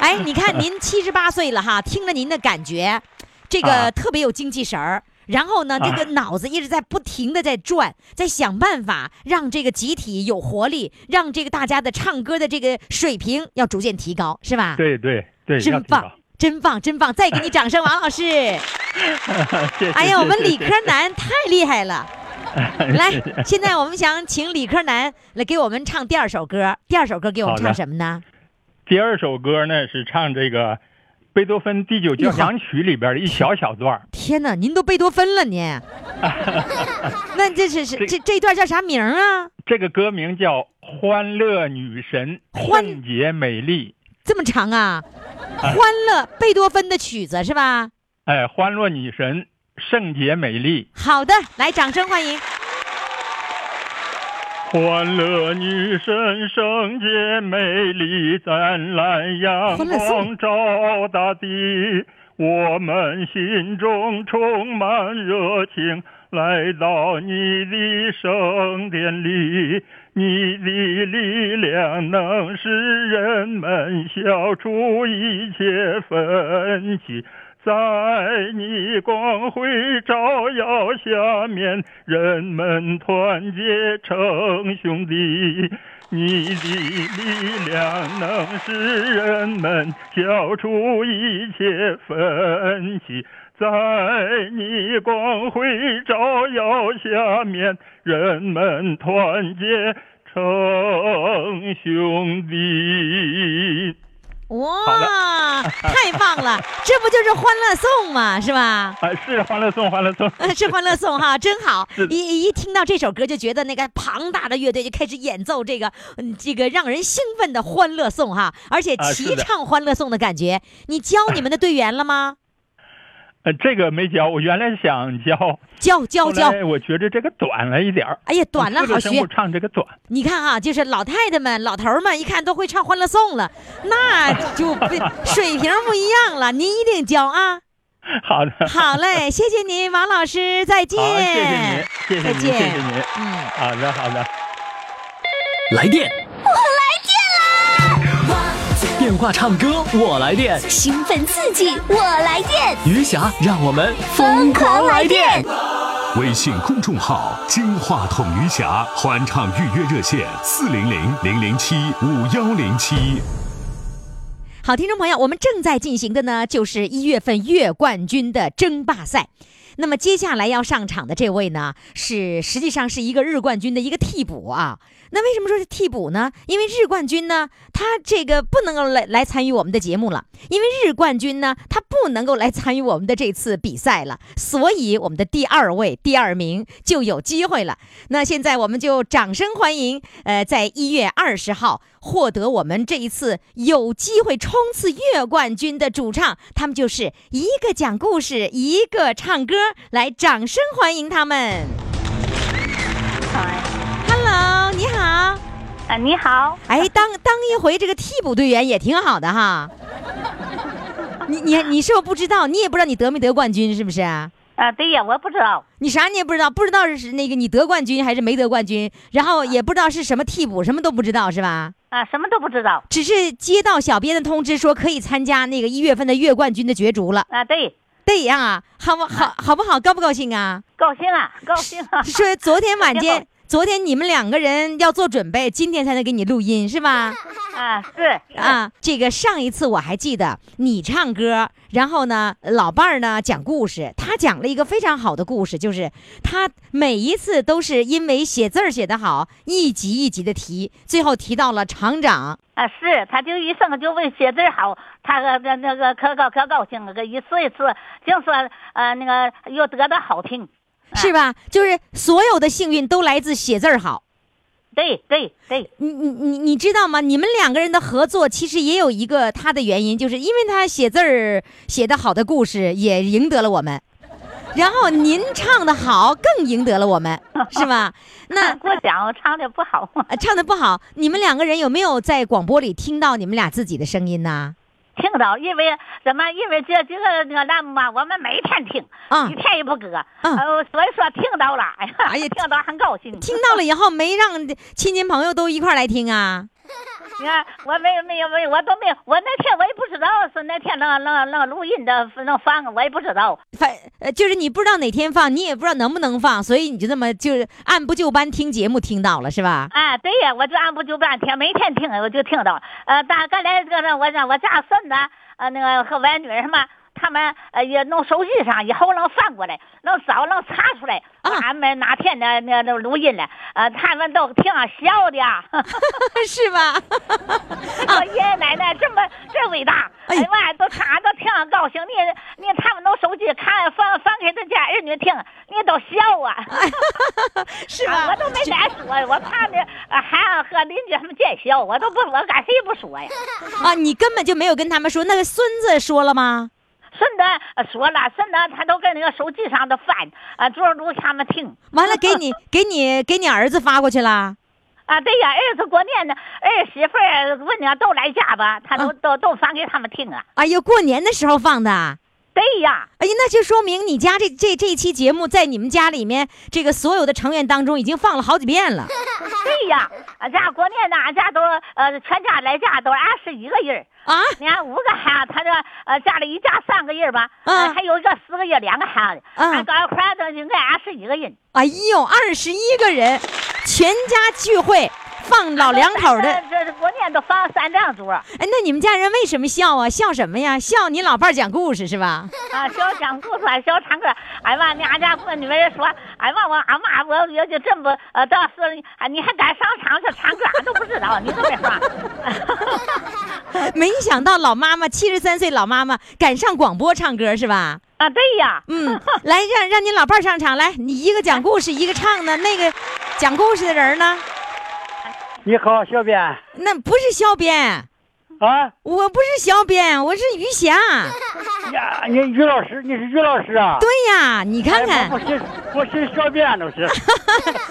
Speaker 3: 哎，你看您七十八岁了哈，听了您的感觉，这个
Speaker 7: 啊
Speaker 3: 特别有精气神儿。然后呢，这个脑子一直在不停的在转，在想办法让这个集体有活力，让这个大家的唱歌的这个水平要逐渐提高，是吧？，
Speaker 7: 对对对，要
Speaker 3: 真
Speaker 7: 提
Speaker 3: 棒，真棒，真棒！再给你掌声，王
Speaker 7: <laughs>
Speaker 3: 老师。
Speaker 7: 高。谢谢
Speaker 3: 哎呀，我们
Speaker 7: 谢谢
Speaker 3: 理科男太厉害
Speaker 7: <laughs>
Speaker 3: 了！来，现在我们想请理科男来给我们唱第二首歌。第二首歌给我们
Speaker 7: 好
Speaker 3: 唱
Speaker 7: 的
Speaker 3: 什么呢？
Speaker 7: 第二首歌呢是唱这个贝多芬第九交响曲里边的一小小段儿
Speaker 3: 天哪，您都贝多芬了
Speaker 7: <laughs>
Speaker 3: 您！那这是是
Speaker 7: 这
Speaker 3: 这这一段叫啥名儿啊？
Speaker 7: 这个歌名叫《欢乐女神》，
Speaker 3: 欢
Speaker 7: 圣洁美丽。
Speaker 3: 这么长啊？欢乐贝多芬的曲子是吧？
Speaker 7: 哎，欢乐女神，圣洁美丽。
Speaker 3: 好的，来掌声欢迎。
Speaker 7: 欢乐女神圣洁美丽，湛蓝阳
Speaker 3: 欢乐颂
Speaker 7: 光照大地，我们心中充满热情，来到你的圣殿里，你的力量能使人们消除一切分歧。
Speaker 8: 在你光辉照耀下面，人们团结成兄弟。你的力量能使人们消除一切分歧。在你光辉照耀下面，人们团结成兄弟。
Speaker 3: 哇，太棒了！这不就是《欢乐颂》吗？是吧？
Speaker 8: 啊，是欢乐颂，欢乐颂。
Speaker 3: <laughs> 呃是《欢乐颂》
Speaker 8: <laughs>
Speaker 3: 哈，真好
Speaker 8: 是！的
Speaker 3: 一一听到这首歌，就觉得那个庞大的乐队就开始演奏这个，嗯，这个让人兴奋的《欢乐颂》哈，而且
Speaker 8: 啊
Speaker 3: 齐
Speaker 8: 是的
Speaker 3: 唱《欢乐颂》的感觉。你教你们的队员了
Speaker 8: <laughs>
Speaker 3: 吗？
Speaker 8: 呃，这个没教，我原来想教，
Speaker 3: 教教
Speaker 8: 后
Speaker 3: 教！
Speaker 8: 来我觉着这个短了一点儿，
Speaker 3: 哎呀，短了
Speaker 8: 四
Speaker 3: 好
Speaker 8: 个声
Speaker 3: 学
Speaker 8: 部。唱这个短，
Speaker 3: 你看哈、就是老太太们、老头儿们一看都会唱《欢乐颂》了，那就不水平不一样了。您一定教啊！
Speaker 8: 好的，
Speaker 3: 好嘞，谢谢您，王老师，再见。
Speaker 8: 好，谢谢您，谢谢
Speaker 3: 再
Speaker 8: 您，谢
Speaker 3: 见
Speaker 8: 谢您，
Speaker 3: 嗯。
Speaker 8: 好的，好的。
Speaker 9: 来电，我来电啦！电话唱歌，我来电。
Speaker 2: 兴奋刺激，我来电，
Speaker 9: 余霞，让我们
Speaker 2: 疯狂来电！
Speaker 1: 微信公众号“金话筒余霞”欢唱预约热线：四零零零零七五幺零七。
Speaker 3: 好，听众朋友，我们正在进行的呢，就是一月份月冠军的争霸赛。那么接下来要上场的这位呢，是实际上是一个日冠军的一个替补啊。那为什么说是替补呢？因为日冠军呢，他这个不能够来来参与我们的节目了，因为日冠军呢，他不能够来参与我们的这次比赛了，所以我们的第二位、第二名就有机会了。那现在我们就掌声欢迎，呃，在一月二十号获得我们这一次有机会冲刺月冠军的主唱，他们就是一个讲故事，一个唱歌，来掌声欢迎他们。Hello，你好。
Speaker 6: 啊，你好，
Speaker 3: 哎，当当一回这个替补队员也挺好的 <laughs> 哈。你你你是不是不知道？你也不知道你得没得冠军是不是啊？
Speaker 6: 啊，对呀，我不知道，
Speaker 3: 你啥你也不知道，不知道是那个你得冠军还是没得冠军，然后也不知道是什么替补，什么都不知道是吧？
Speaker 6: 啊，什么都不知道，
Speaker 3: 只是接到小编的通知说可以参加那个一月份的月冠军的角逐了，
Speaker 6: 啊，对，
Speaker 3: 这样啊，好不好？好不好？高不高兴啊？
Speaker 6: 高兴啊，高兴啊，
Speaker 3: 说昨天晚
Speaker 6: 挺好
Speaker 3: 间，昨天你们两个人要做准备，今天才能给你录音是吧？
Speaker 6: 啊，是，
Speaker 3: 啊，这个上一次我还记得你唱歌，然后呢，老伴儿呢讲故事，他讲了一个非常好的故事，就是他每一次都是因为写字儿写得好，一级一级的提，最后提到了厂长。
Speaker 6: 啊，是，他就一生就为写字好，他个那那个可高可高兴了，个一次一次，净说呃那个又得到好评，
Speaker 3: 是吧？就是所有的幸运都来自写字儿好。
Speaker 6: 对对对，
Speaker 3: 你你你你知道吗？你们两个人的合作其实也有一个他的原因，就是因为他写字儿写得好的故事也赢得了我们，然后您唱的好更赢得了我们，是吧？那
Speaker 6: 啊过奖我唱的不好， <laughs>
Speaker 3: 呃唱的不好，你们两个人有没有在广播里听到你们俩自己的声音呢？
Speaker 6: 听到，因为什么？因为这这个那个栏目嘛，我们每天听，
Speaker 3: 啊
Speaker 6: 一天也不搁，
Speaker 3: 嗯
Speaker 6: 呃，所以说听到了，哎呀，
Speaker 3: 哎呀
Speaker 6: 听到很高兴。
Speaker 3: 听到了以后没让亲戚朋友都一块儿来听啊？
Speaker 6: 你看，我没有没有没有，我都没有，我那天我也不知道是那天那那那录音的那放，我也不知道。
Speaker 3: 反呃，就是你不知道哪天放，你也不知道能不能放，所以你就那么就是按部就班听节目听到了是吧？
Speaker 6: 啊，对呀，我就按部就班听，每天听我就听到。呃，大刚来这个我让我家孙子呃那个和我女儿嘛，他们呃也弄手机上，以后能翻过来，能找能查出来，
Speaker 3: 啊
Speaker 6: 俺们哪天的那那录音了，呃，他们都挺笑的。
Speaker 3: <laughs>
Speaker 6: <laughs>
Speaker 3: 啊是吧？
Speaker 6: 我爷爷奶奶这么这伟大，
Speaker 3: 哎
Speaker 6: 哎呀妈呀，都他都挺高兴。你你他们弄手机看翻翻给自家儿女听，你都
Speaker 3: <laughs>
Speaker 6: 笑啊！
Speaker 3: 是
Speaker 6: 啊
Speaker 3: 吧
Speaker 6: 我？都没敢说，我怕那呃孩子和邻居他们见笑，我都不我敢谁也不
Speaker 3: <laughs>
Speaker 6: 说呀。
Speaker 3: 啊，你根本就没有跟他们说。那个孙子说了吗？
Speaker 6: 顺着呃说了，顺着他都跟那个手机上都翻，啊，坐着录他们听。
Speaker 3: 完了，给你给你给你儿子发过去了。
Speaker 6: 啊，对呀，儿子过年呢，儿媳妇儿问呢都来家吧，他
Speaker 3: 嗯
Speaker 6: 都、都都翻给他们听啊。
Speaker 3: 哎呦，过年的时候放的。哎
Speaker 6: 对呀，
Speaker 3: 呀，那就说明你家这这这一期节目在你们家里面这个所有的成员当中已经放了好几遍 <laughs> 了。 <laughs>
Speaker 6: 啊对呀，俺家过年呢，俺家都呃全家来家都二十一个人儿，
Speaker 3: 啊，
Speaker 10: 你看五个孩子，他这呃家里一家三个人吧，
Speaker 3: 啊
Speaker 10: 呃还有一个四个人，两个孩子，
Speaker 3: 啊
Speaker 10: 俺搞一块儿的应该俺十一个人。
Speaker 3: 哎呦，二十一个人，全家聚会，放老两口的。
Speaker 10: 这这这过年都放三张桌，啊，
Speaker 3: 哎，那你们家人为什么笑啊？笑什么呀？笑你老伴儿讲故事是吧？ <laughs>
Speaker 10: 啊小讲故事，小唱歌。哎妈，你俺家闺女人说，哎妈，我俺妈我也就这么呃，到时候你啊你还敢上场去唱歌，俺都不知道，你都没说。
Speaker 3: 没想到老妈妈七十三岁老妈妈敢上广播唱歌是吧？
Speaker 10: <laughs> 啊，对呀，
Speaker 3: 嗯，来让让你老伴儿上场来，你一个讲故事，一个唱呢。那个讲故事的人呢？
Speaker 11: 你好，小编啊，
Speaker 3: 那不是小编，
Speaker 8: 啊
Speaker 3: 我不是小编，我是于霞。
Speaker 11: 呀，你于老师，你是于老师啊？
Speaker 3: 对呀，你看
Speaker 11: 哎
Speaker 3: 看
Speaker 11: 我，是我是小编，都
Speaker 3: <laughs>
Speaker 11: 是。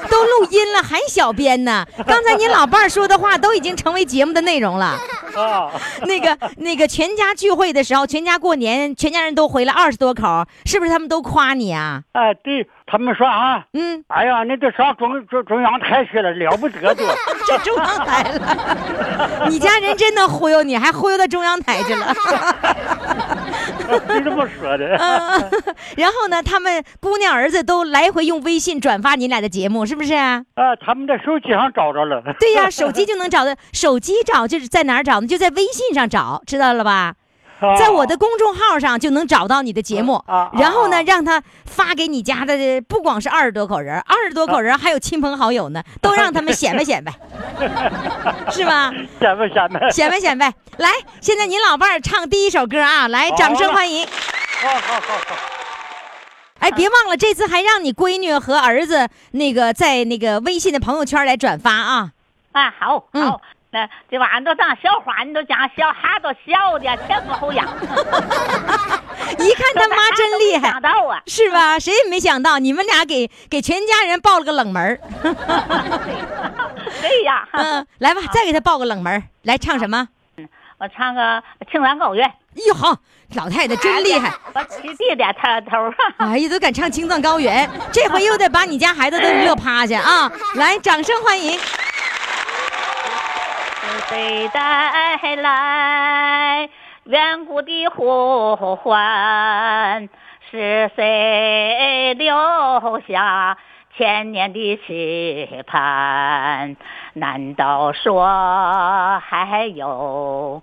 Speaker 3: 都录音了还小编呢。刚才你老伴儿说的话都已经成为节目的内容了。
Speaker 11: 啊，
Speaker 3: <laughs> 那个那个全家聚会的时候，全家过年，全家人都回来二十多口，是不是他们都夸你啊？
Speaker 11: 哎，对他们说啊，
Speaker 3: 嗯，
Speaker 11: 哎呀，你都上中中中央台去了，了不得都。 <laughs>
Speaker 3: 这中央台了， <laughs> 你家人真能忽悠你，还忽悠到中央台去了。 <laughs>
Speaker 11: 你这么说的？
Speaker 3: 嗯然后呢，他们姑娘儿子都来回用微信转发你俩的节目，是不是啊、
Speaker 11: 啊，他们在手机上找着了。
Speaker 3: 对呀、手机就能找到，手机找就是在哪儿找呢？就在微信上找，知道了吧？
Speaker 11: 啊
Speaker 3: 在我的公众号上就能找到你的节目，
Speaker 11: 啊啊
Speaker 3: 然后呢，
Speaker 11: 啊
Speaker 3: 让他发给你家的，不光是二十多口
Speaker 11: <laughs>
Speaker 3: 人，二十多口人还有亲朋好友呢，都让他们显摆
Speaker 11: <laughs>
Speaker 3: 显摆，是吧？
Speaker 11: 显摆显摆。
Speaker 3: 显摆显摆。来，现在您老伴儿唱第一首歌啊，来，
Speaker 11: 好
Speaker 3: 掌声
Speaker 11: 了
Speaker 3: 欢
Speaker 11: <laughs>
Speaker 3: 迎。
Speaker 11: 好好好好。
Speaker 3: 哎，别忘了，这次还让你闺女和儿子那个在那个微信的朋友圈来转发啊。
Speaker 10: 啊，好，
Speaker 3: 嗯
Speaker 10: 好，那这玩意儿都当小花，你都讲小孩都笑的前俯后
Speaker 3: <laughs>
Speaker 10: 仰，
Speaker 3: 一看他妈真厉害
Speaker 10: 想，到
Speaker 3: <laughs>
Speaker 10: 啊，
Speaker 3: 是
Speaker 11: <laughs>
Speaker 3: 吧？谁也没想到你们俩给给全家人报了个冷门儿。
Speaker 10: 对呀， <laughs>
Speaker 3: 嗯，来吧，再给他报个冷门儿，来唱什么？
Speaker 10: 我唱个《青藏高原》，
Speaker 3: 哟呵，老太太真厉害！
Speaker 10: 我起地的他头儿，啊
Speaker 3: 哎呀，都敢唱《青藏高原》，这回又得把你家孩子都乐趴下啊！来，掌声欢迎！
Speaker 10: 谁带来远古的呼唤？是谁留下千年的期盼？难道说还有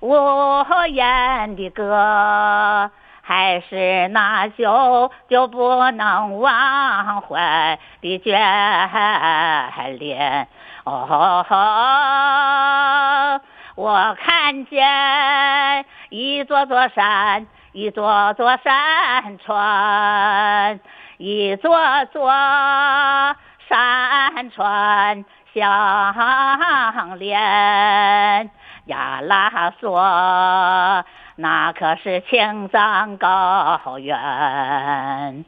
Speaker 10: 无言的歌？还是那久久不能忘怀的眷恋。哦，我看见一座座山，一座座山川，一座座山川相连。呀啦嗦，那可是青藏高原。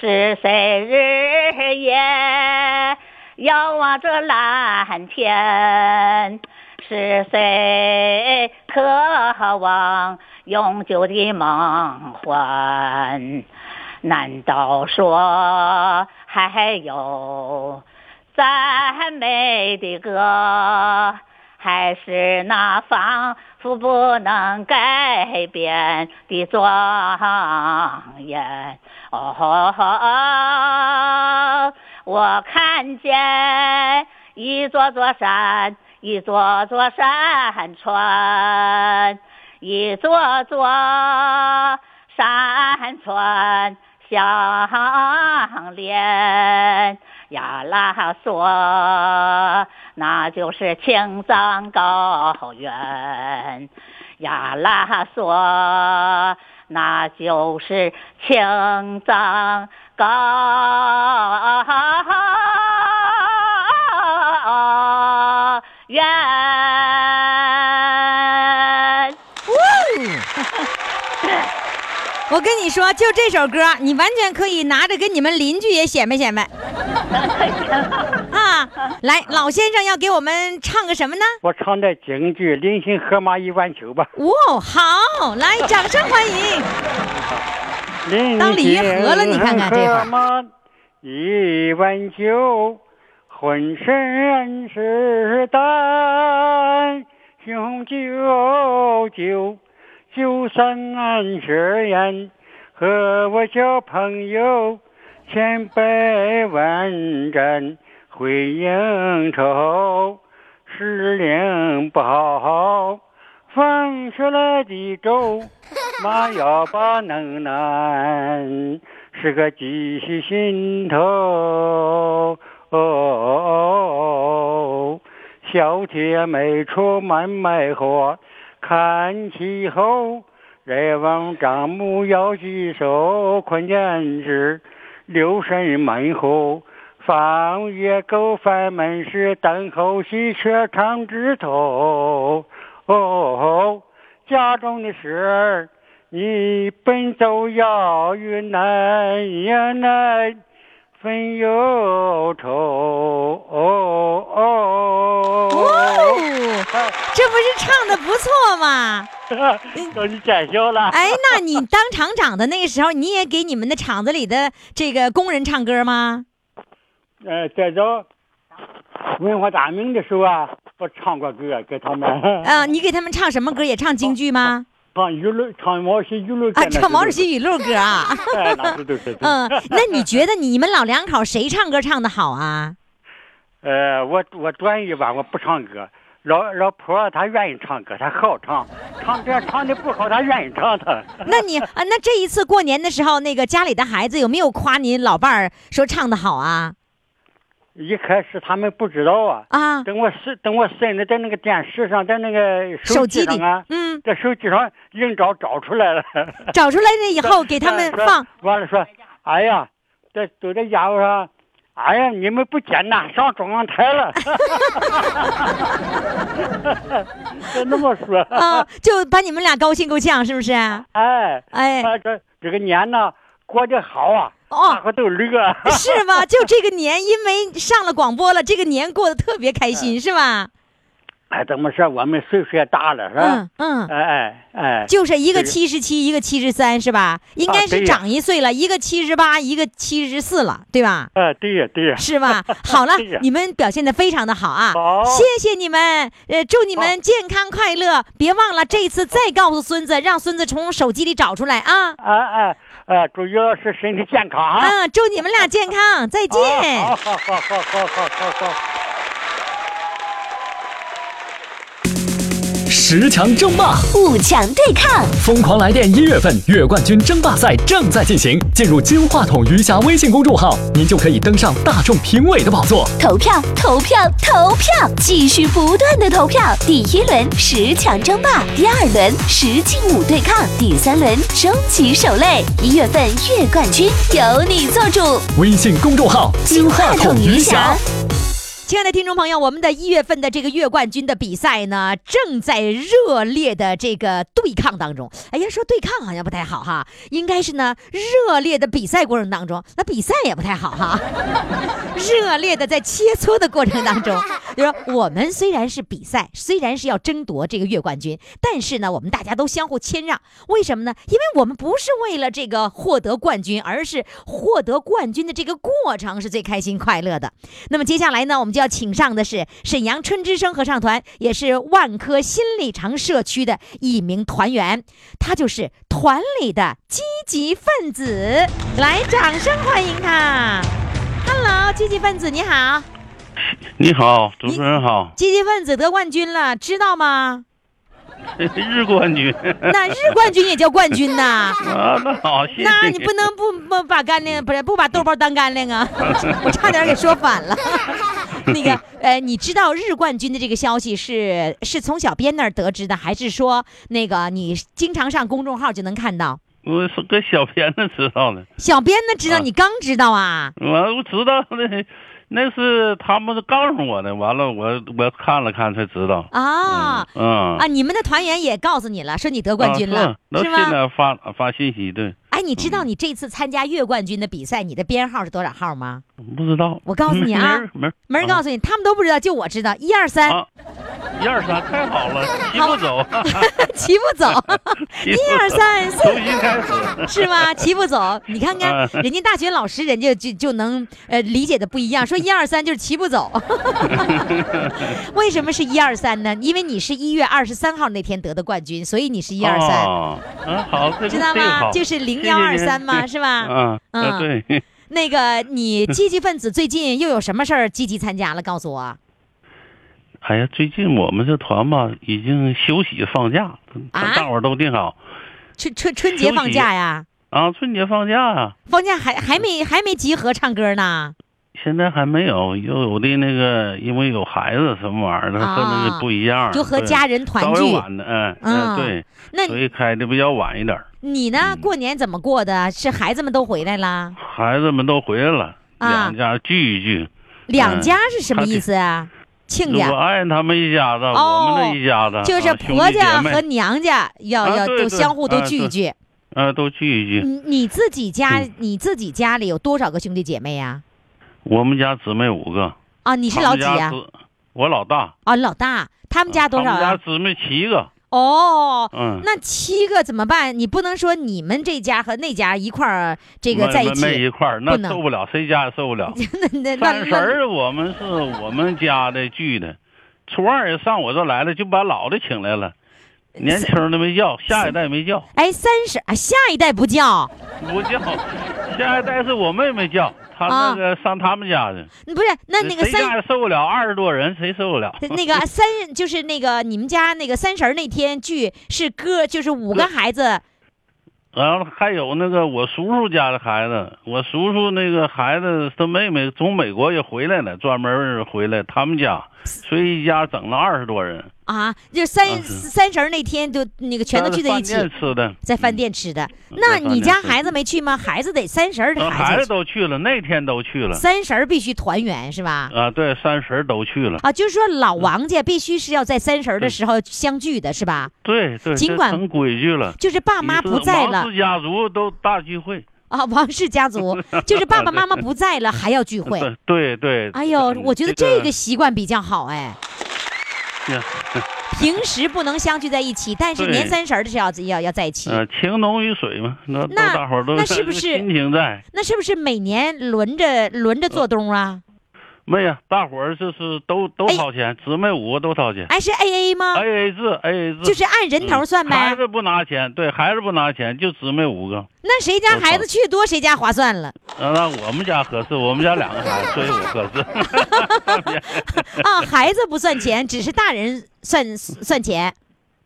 Speaker 10: 是谁日夜遥望着蓝天？是谁渴望永久的梦幻？难道说还有赞美的歌，还是那仿佛不能改变的庄严？哦，我看见一座座山，一座座山川，一座座山川相连。呀啦嗦，那就是青藏高原。呀啦嗦，那就是青藏高原。
Speaker 3: 我跟你说，就这首歌，你完全可以拿着跟你们邻居也显摆显摆啊！来，老先生要给我们唱个什么呢？
Speaker 11: 我唱的京剧《临行河马一弯秋》吧。
Speaker 3: 哇、哦，好，来，掌声欢迎！当鲤鱼合了你看看这会儿
Speaker 11: 儿。一碗酒，浑身是胆，雄赳赳，九三俺学院和我交朋友，千杯万盏会应酬，时令不好，放学了的粥，妈要把能难，是个急需心头。哦小姐没出门卖货，看气候。人往账目要举手，关键是留神门后。放月狗贩门是等候喜鹊长枝头。哦，家中的事儿你奔走要与难呀难。分忧愁。哦哦，
Speaker 3: 哦，这不是唱的不错吗？
Speaker 11: 都你见笑了。
Speaker 3: 哎，那你当厂长的那个时候，你也给你们的厂子里的这个工人唱歌吗？
Speaker 11: 呃，再早文化大革命的时候啊，我唱过歌给他们，
Speaker 3: 啊、你给他们唱什么歌？也唱京剧吗？
Speaker 11: <laughs> 唱娱乐，唱毛主席娱乐歌
Speaker 3: 啊，唱毛主，席语录歌啊。 <laughs>
Speaker 11: 哎，那是都是。
Speaker 3: 嗯，那你觉得你们老两口谁唱歌唱的好 <laughs> 啊？
Speaker 11: 呃，我我专一吧，我不唱歌。老老婆她愿意唱歌，她好唱，唱歌唱的不好，她愿意唱她。
Speaker 3: 那你啊，那这一次过年的时候，那个家里的孩子有没有夸你老伴儿说唱的好啊？
Speaker 11: <laughs> 一开始他们不知道啊，
Speaker 3: 啊，
Speaker 11: 等我是等我孙子在那个电视上，在那个
Speaker 3: 手
Speaker 11: 机
Speaker 3: 机
Speaker 11: 上
Speaker 3: 里
Speaker 11: 啊，，
Speaker 3: 嗯，
Speaker 11: 在手机上硬找找出来了。
Speaker 3: 找出来了以后给他 <laughs> 们
Speaker 11: 说
Speaker 3: 放。
Speaker 11: 完了说，哎呀，这都这家伙说，哎呀，你们不简单，上中央台了。 <laughs> 就那么说，
Speaker 3: 啊，就把你们俩高兴够呛，是不是？
Speaker 11: 哎，
Speaker 3: <laughs> 哎，
Speaker 11: 他这这个年呢过得好啊，大
Speaker 3: 哦，
Speaker 11: 伙都乐。 <laughs>
Speaker 3: 是吧？就这个年，因为上了广播了，这个年过得特别开 <laughs> 心，是吧？
Speaker 11: 哎，怎么说？我们岁数也大了，是吧
Speaker 3: 嗯？嗯，
Speaker 11: 哎哎哎，
Speaker 3: <laughs> 就是一个
Speaker 11: 这个啊
Speaker 3: 七十七，一个七十三，是吧？应该
Speaker 11: 对
Speaker 3: 是
Speaker 11: 呀
Speaker 3: 长一岁了，一个七十八，一个七十四了，对
Speaker 11: <laughs>
Speaker 3: 吧？
Speaker 11: 哎，对呀对呀，
Speaker 3: 是吧？好了
Speaker 11: 对呀，
Speaker 3: 你们表现的非常的好啊！
Speaker 11: 啊好
Speaker 3: 谢谢你们，呃，祝你们健康快乐。别忘了这次再告诉孙子，让孙子从手机里找出来啊！
Speaker 11: 哎哎哎，主要是身体健康啊。
Speaker 3: 啊，祝你们俩健康，再见。
Speaker 11: 好好好好好好好好。
Speaker 1: 十强争霸，
Speaker 2: 五强对抗，
Speaker 1: 疯狂来电！一月份月冠军争霸赛正在进行，进入金话筒余霞微信公众号，您就可以登上大众评委的宝座。
Speaker 2: 投票，投票，投票，继续不断的投票。第一轮十强争霸，第二轮十进五对抗，第三轮收起手累。一月份月冠军由你做主，
Speaker 1: 微信公众号“金话筒余霞”。
Speaker 3: 亲爱的听众朋友，我们的一月份的这个月冠军的比赛呢，正在热烈的这个对抗当中。哎呀，说对抗好像不太好哈，应该是呢热烈的比赛过程当中，那比赛也不太好哈， <laughs> 热烈的在切磋的过程当中，就说我们虽然是比赛，虽然是要争夺这个月冠军，但是呢，我们大家都相互谦让，为什么呢？因为我们不是为了这个获得冠军，而是获得冠军的这个过程是最开心快乐的。那么接下来呢，我们就要请上的是沈阳春之声合唱团，也是万科新里程社区的一名团员，他就是团里的积极分子。来，掌声欢迎他。Hello，积极分子你好，
Speaker 12: 你好，主持人好， <laughs>
Speaker 3: 积极分子得冠军了，知道吗？
Speaker 12: 日冠 <laughs> 军
Speaker 3: 那日冠军也叫冠军呐。
Speaker 12: 啊，那好， <laughs> 谢谢
Speaker 3: 那你不能不不把干粮，不是不把豆包当干粮
Speaker 12: <laughs>
Speaker 3: 啊！我差点给说反了。那个，呃，你知道日冠军的这个消息是是从小编那儿得知的，还是说那个你经常上公众号就能看到？
Speaker 12: 我是跟小编子知道的，
Speaker 3: 小编呢知道，
Speaker 12: 啊
Speaker 3: 你刚知道啊？
Speaker 12: 我我知道那那是他们告诉我的，完了我我看了看才知道。
Speaker 3: 啊
Speaker 12: 嗯，
Speaker 3: 啊！你们的团员也告诉你了，说你得冠军了
Speaker 12: 啊，是
Speaker 3: 是
Speaker 12: 那现
Speaker 3: 吗？
Speaker 12: 在发发信息对，
Speaker 3: 哎，你知道你这次参加月冠军的比赛，你的编号是多少号吗？
Speaker 12: 不知道。
Speaker 3: 我告诉你啊
Speaker 12: 没人没人
Speaker 3: 没人告诉你，他们都不知道，就我知道。一二三，
Speaker 12: 啊，一二三，太好
Speaker 3: <laughs>
Speaker 12: 了，齐步走，
Speaker 3: 齐步
Speaker 12: <laughs>
Speaker 3: 走，
Speaker 12: 一
Speaker 3: 一二，三四。
Speaker 12: 从一开始。啊
Speaker 3: 是吗？齐步走，你看看人家大学老师，人家就就能呃理解的不一样，
Speaker 12: <laughs>
Speaker 3: 说一二三就是齐步走。 <laughs> 为什么是一二三呢？因为你是一月二十三号那天得的冠军，所以你是一二
Speaker 12: <laughs>
Speaker 3: 三，
Speaker 12: 哦嗯，好，这个
Speaker 3: 知道
Speaker 12: 这个
Speaker 3: 吗？
Speaker 12: 好
Speaker 3: 就是零幺二三嘛，
Speaker 12: 谢谢
Speaker 3: 是吧？
Speaker 12: 嗯，
Speaker 3: 嗯
Speaker 12: 啊对， <laughs>
Speaker 3: 那个你积极分子最近又有什么事儿积极参加了？告诉
Speaker 12: <laughs>
Speaker 3: 我
Speaker 12: 哎呀，最近我们这团吧已经休息放假，
Speaker 3: 啊
Speaker 12: 大伙儿都定好
Speaker 3: 春春春节放假呀，
Speaker 12: 啊，春节放假啊，
Speaker 3: 放假还还没还没集合唱歌呢。
Speaker 12: 现在还没有，又有的那个因为有孩子什么玩意儿的，
Speaker 3: 啊
Speaker 12: 和那个不一样，
Speaker 3: 就和
Speaker 12: 对
Speaker 3: 家人团
Speaker 12: 稍
Speaker 3: 聚
Speaker 12: 微晚的，嗯
Speaker 3: 嗯
Speaker 12: 嗯，对，
Speaker 3: 那
Speaker 12: 所以嗯开的比较晚一点儿。
Speaker 3: 你呢？过年怎么过的？是孩子们都回来了？
Speaker 12: 孩子们都回来了，
Speaker 3: 啊
Speaker 12: 两家聚一聚。
Speaker 3: 两家是什
Speaker 12: 嗯
Speaker 3: 么意思啊？亲家
Speaker 12: 我爱哎他们一家子，
Speaker 3: 哦
Speaker 12: 我们这一家子，
Speaker 3: 就是
Speaker 12: 啊
Speaker 3: 婆家和
Speaker 12: 兄弟姐妹
Speaker 3: 娘家要
Speaker 12: 啊
Speaker 3: 要
Speaker 12: 对
Speaker 3: 都
Speaker 12: 对
Speaker 3: 相互都
Speaker 12: 啊
Speaker 3: 聚一
Speaker 12: 对
Speaker 3: 聚。
Speaker 12: 呃都聚一聚。
Speaker 3: 你你自己家
Speaker 12: 嗯
Speaker 3: 你自己家里有多少个兄弟姐妹呀？
Speaker 12: 我们家姊妹五个，
Speaker 3: 啊，你
Speaker 12: 你
Speaker 3: 是老几呀？
Speaker 12: 我老大，
Speaker 3: 啊，老大，他们家多少
Speaker 12: 他们
Speaker 3: 啊
Speaker 12: 家？姊妹七个，
Speaker 3: 哦，
Speaker 12: 嗯，
Speaker 3: 那七个怎么办？你不能说你们这家和那家一块儿这个
Speaker 12: 没
Speaker 3: 在一
Speaker 12: 没没
Speaker 3: 起，
Speaker 12: 一块儿，
Speaker 3: 不
Speaker 12: 那
Speaker 3: 能
Speaker 12: 受不了，谁家也受不了。
Speaker 3: 那 <laughs> 那
Speaker 12: 三
Speaker 3: 乱
Speaker 12: 十
Speaker 3: 乱
Speaker 12: 儿我们是我们家的聚的，初二也上我这来了，就把老的请来了，
Speaker 3: 呃
Speaker 12: 年轻的没叫，下一代没叫，
Speaker 3: 哎，三十啊，下一代不叫，
Speaker 12: 不
Speaker 3: <laughs>
Speaker 12: 叫，下一代是我妹妹叫，她那个上他们家去。
Speaker 3: 不是啊那那个
Speaker 12: 呃谁
Speaker 3: 三
Speaker 12: <laughs> 家也受不了，二十多人谁受得了？
Speaker 3: 那
Speaker 12: <laughs>
Speaker 3: 个三就是那个你们家那个三十儿那天聚是哥，就是五
Speaker 12: 呃
Speaker 3: 个孩子
Speaker 12: 然后还有那个我叔叔家的孩子，我叔叔那个孩子他妹妹从美国也回来了，专门回来他们家，所以一家整了二十多人，
Speaker 3: 啊，就三
Speaker 12: 啊是
Speaker 3: 三十儿那天就那个全都聚在一起
Speaker 12: 但，是饭店嗯吃的，
Speaker 3: 在饭店吃的。那你家孩
Speaker 12: 子
Speaker 3: 子没去吗？孩子得三十儿的
Speaker 12: 嗯孩
Speaker 3: 孩
Speaker 12: 子
Speaker 3: 子去，
Speaker 12: 都去了，那天都去了
Speaker 3: 三十儿必须团圆是吧？
Speaker 12: 啊，对，三十儿都去了，
Speaker 3: 啊，就是
Speaker 12: 嗯
Speaker 3: 说老王家必须是要在三十儿的时候相聚的是吧？
Speaker 12: 对对，
Speaker 3: 尽
Speaker 12: 这
Speaker 3: 管
Speaker 12: 成规矩了。
Speaker 3: 就是爸妈不在了
Speaker 12: 王氏家族都大聚会，
Speaker 3: 啊，王氏家
Speaker 12: <laughs>
Speaker 3: 族就是爸爸妈妈不在了还要聚会。
Speaker 12: 对对对。
Speaker 3: 哎呦，我觉得这
Speaker 12: 这
Speaker 3: 个习惯比较好哎。平时不能相聚在一起，但是
Speaker 12: 对
Speaker 3: 年三十儿的时候要要要在一起。
Speaker 12: 呃，情浓于水嘛，那都
Speaker 3: 那
Speaker 12: 大伙儿都
Speaker 3: 那是不是
Speaker 12: 亲情在？
Speaker 3: 那是不是每年轮着轮着做东啊？
Speaker 12: 没呀，大伙儿就是都都
Speaker 3: 哎
Speaker 12: 掏钱，姊妹五个都掏钱
Speaker 3: 哎，是 A A 吗？
Speaker 12: ，A A 制，A A 制，
Speaker 3: 就是按人头算呗
Speaker 12: 嗯孩。子不拿钱，对孩子不拿钱，就姊妹五个。
Speaker 3: 那谁家孩子去多，谁家划算
Speaker 12: <laughs>
Speaker 3: 了
Speaker 12: 啊那我们家合适，我们家两个孩子，所以我合适。 <laughs>
Speaker 3: 啊？孩子不算钱，只是大人算算钱。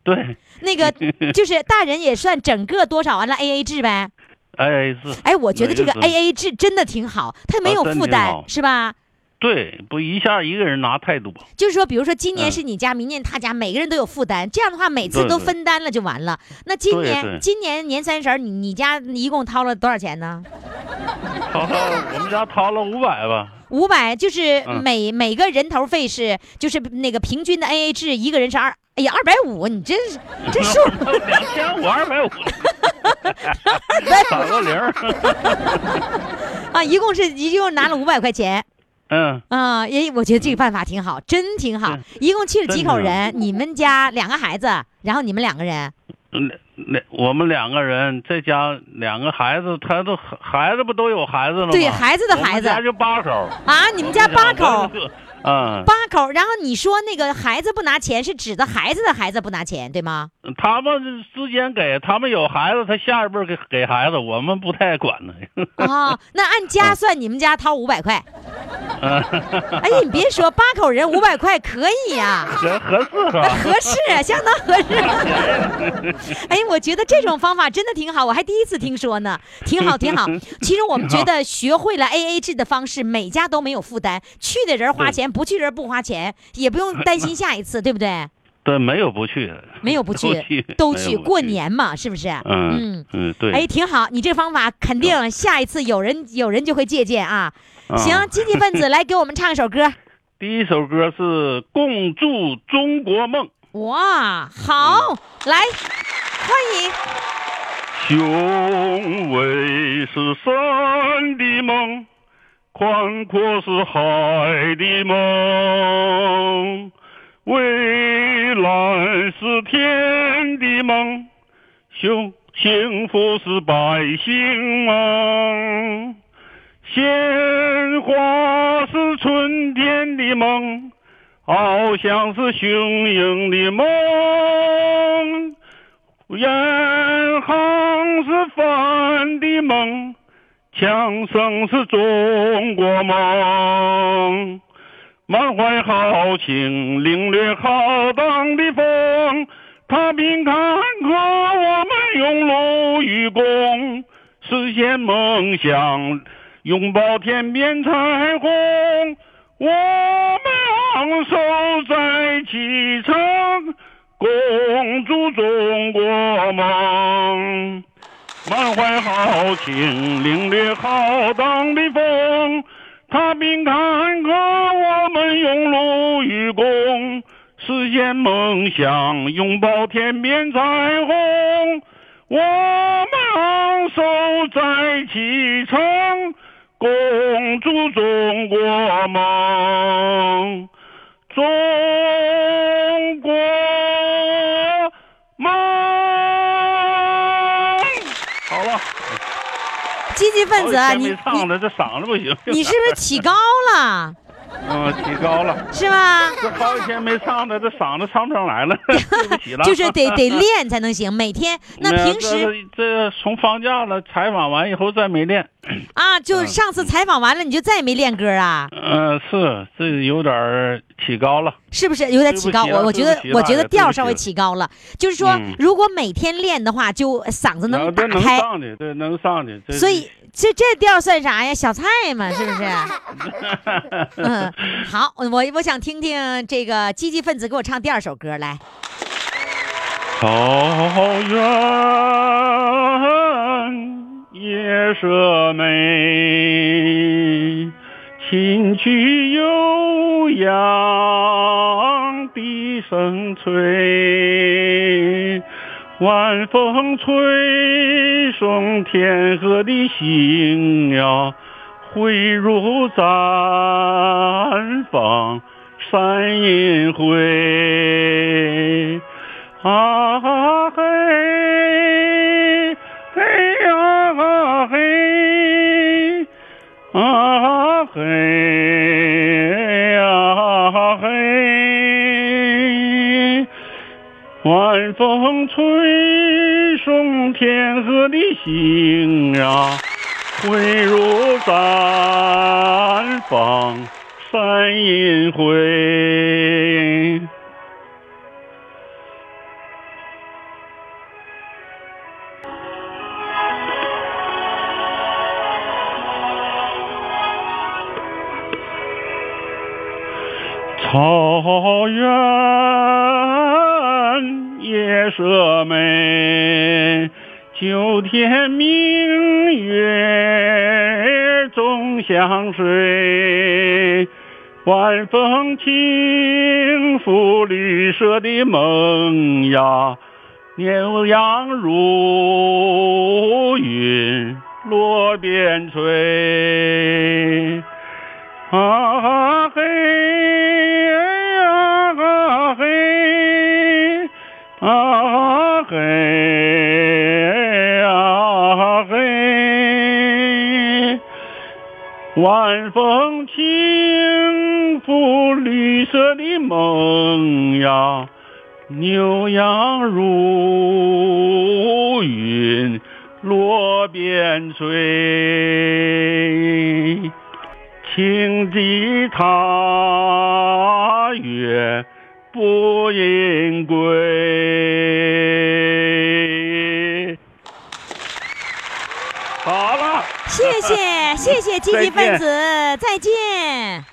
Speaker 12: 对 <laughs>
Speaker 3: 那个就是大人也算整个多少，完了 A A 制呗。
Speaker 12: ，A A 制，
Speaker 3: 哎，我觉得这个
Speaker 12: 没意
Speaker 3: A A 制真的挺好，它没有
Speaker 12: 啊真
Speaker 3: 负
Speaker 12: 挺
Speaker 3: 担
Speaker 12: 好，
Speaker 3: 是吧？
Speaker 12: 对，不一下一个人拿太多，
Speaker 3: 就是说，比如说今年
Speaker 12: 嗯
Speaker 3: 是你家，明年他家，每个人都有负担，这样的话每次
Speaker 12: 对
Speaker 3: 都
Speaker 12: 对
Speaker 3: 分担了就完了。那今
Speaker 12: 对
Speaker 3: 年
Speaker 12: 对
Speaker 3: 今年年三十儿，你你家一共掏了多少钱呢？
Speaker 12: 掏了 <laughs> 我们家掏了五百吧，
Speaker 3: 五百就是
Speaker 12: 嗯
Speaker 3: 每、每个人头费是就是那个平均的 AA 制，一个人是二，哎呀二百五，你真是这
Speaker 12: <laughs>
Speaker 3: 数
Speaker 12: 两千五
Speaker 3: <laughs>
Speaker 12: 二百五，打个零儿，
Speaker 3: 啊，一共是一共拿了五百块钱
Speaker 12: 嗯，
Speaker 3: 啊，也我觉得这个办法挺好，真挺好。一共去了几口人？你们家两个孩子，然后你们两个人
Speaker 12: 两两我们两个人，再加两个孩子，他都孩子不都有孩子了吗？
Speaker 3: 对孩子的孩子
Speaker 12: 我们家就八口。
Speaker 3: 啊，你们家八口。，
Speaker 12: 嗯，
Speaker 3: 八口，然后你说那个孩子不拿钱，是指的孩子的孩子不拿钱，对
Speaker 12: <laughs>
Speaker 3: 吗？
Speaker 12: 他们之间给他们有孩子，他下一辈儿给给孩子，我们不太管呢。 <laughs>
Speaker 3: 啊、那按家算，你们家掏五百块。
Speaker 12: 嗯，
Speaker 3: 哎，你别说，八口人五百块可以呀、
Speaker 12: 合合适吧？
Speaker 3: 合适，啊相当合
Speaker 12: <laughs>
Speaker 3: 适。哎，我觉得这种方法真的挺好，我还第一次听说呢，挺好，挺好。其实我们觉得学会了 A A 制的方式，每家都没有负担，去的人花钱，不去人不花钱，也不用担心下一次，对不对？
Speaker 12: 对，没有不去的，
Speaker 3: 没有不
Speaker 12: <laughs> 都
Speaker 3: 去
Speaker 12: 去，
Speaker 3: 都
Speaker 12: 没有
Speaker 3: 去，
Speaker 12: 不
Speaker 3: 过
Speaker 12: 去
Speaker 3: 年嘛，是不是？
Speaker 12: 嗯嗯，对。
Speaker 3: 哎，挺好，你这方法肯定下一次有人有人就会借鉴啊。
Speaker 12: 啊
Speaker 3: 行，积极分
Speaker 13: <laughs>
Speaker 3: 子来给我们唱一首歌。
Speaker 12: 第一首歌是《共筑中国梦》。
Speaker 3: 哇，好，
Speaker 13: 嗯
Speaker 3: 来，欢迎。
Speaker 12: 雄伟是神的梦，
Speaker 13: 宽阔是海的梦，蔚蓝是天的梦，幸幸福是百姓梦，鲜花是春天的梦，翱翔是雄鹰的梦。远航是帆的梦，强盛是中国梦。满怀豪情，领略浩荡的风，踏平坎坷，我们用炉与共，实现梦想，拥抱天边彩虹。我们昂首在启程，共筑中国梦。满怀豪情，领略浩荡的风，踏平坎坷，我们用炉与共，实现梦想，拥抱天边彩虹。我们昂首在启程，共筑中国梦。中国梦。好了，
Speaker 3: 积极分子啊，
Speaker 13: 好几
Speaker 3: 你
Speaker 13: 天没唱
Speaker 3: 你
Speaker 13: 了，这嗓子不行。
Speaker 3: 你是不是起高了？
Speaker 13: <laughs> 嗯，提高
Speaker 3: <laughs>
Speaker 13: 了。
Speaker 3: 是吧？
Speaker 13: 这好几天没唱了，这嗓子唱不上
Speaker 3: <laughs>
Speaker 13: 来了，对不起了。
Speaker 3: 就是
Speaker 13: <laughs>
Speaker 3: 得得练才能行，每天那
Speaker 13: 没有
Speaker 3: 平
Speaker 13: 这
Speaker 3: 时
Speaker 13: 是这从放假了，采访完以后再没练。
Speaker 3: 啊，就上次采访完了，你就再也没练歌啊，
Speaker 13: 嗯、是这有点儿起高了。
Speaker 3: 是不是有点
Speaker 13: 对不
Speaker 3: 起高？
Speaker 13: 起了
Speaker 3: 我我觉得
Speaker 13: 对不起了
Speaker 3: 我觉得
Speaker 13: 对不
Speaker 3: 调
Speaker 13: 起
Speaker 3: 稍微
Speaker 13: 了
Speaker 3: 起高了，就是说
Speaker 13: 嗯
Speaker 3: 如果每天练的话，就嗓子
Speaker 13: 然后
Speaker 3: 能
Speaker 13: 这
Speaker 3: 打
Speaker 13: 能
Speaker 3: 开。
Speaker 13: 上去，对，能上去。这
Speaker 7: 嗯
Speaker 3: 所
Speaker 13: <laughs>
Speaker 3: 以这这调算啥呀？小菜嘛，是不是？嗯，好，我我想听听这个积极分子给我唱第二首歌来。
Speaker 13: 草原夜色美，琴曲悠扬，笛声催，晚风吹送天河的星呀，汇入毡房山银辉。啊嘿，嘿呀啊嘿，啊嘿啊嘿，晚风吹送天河的星啊，汇入毡房山银辉。草原夜色美，九天明月终相随。晚风轻拂绿色的梦呀，牛羊如云落边陲。啊嘿啊嘿啊嘿啊嘿，晚风轻拂绿色的梦呀，牛羊如云落边陲。轻击踏月不应归。好了，
Speaker 3: 谢 <laughs> 谢谢谢积极分子，再见。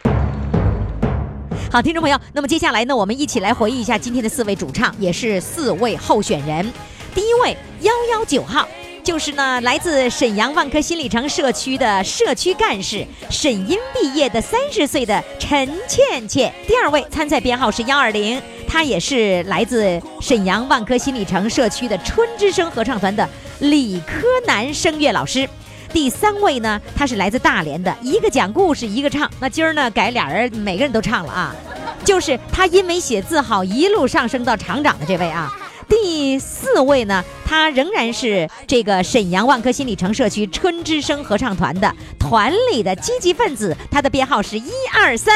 Speaker 3: 好，听众朋友，那么接下来呢，我们一起来回忆一下今天的四位主唱，也是四位候选人。第一位幺幺九号，就是呢来自沈阳万科新里程社区的社区干事，沈音毕业的三十岁的陈倩倩。第二位参赛编号是幺二零，她也是来自沈阳万科新里程社区的春之声合唱团的理科男声乐老师。第三位呢，他是来自大连的，一个讲故事，一个唱。那今儿呢，改俩人每个人都唱了啊，就是他因为写字好，一路上升到厂长的这位啊。第四位呢，他仍然是这个沈阳万科新里城社区春之声合唱团的团里的积极分子，他的编号是一二三。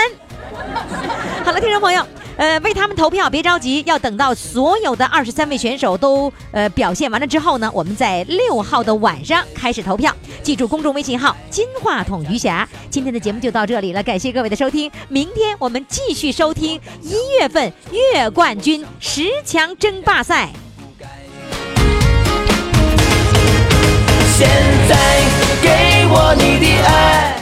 Speaker 3: 好了，听众朋友，呃，为他们投票，别着急，要等到所有的二十三位选手都呃表现完了之后呢，我们在六号的晚上开始投票。记住公众微信号“金话筒余霞”。今天的节目就到这里了，感谢各位的收听。明天我们继续收听一月份月冠军十强争霸赛。
Speaker 4: 现在给我你的爱。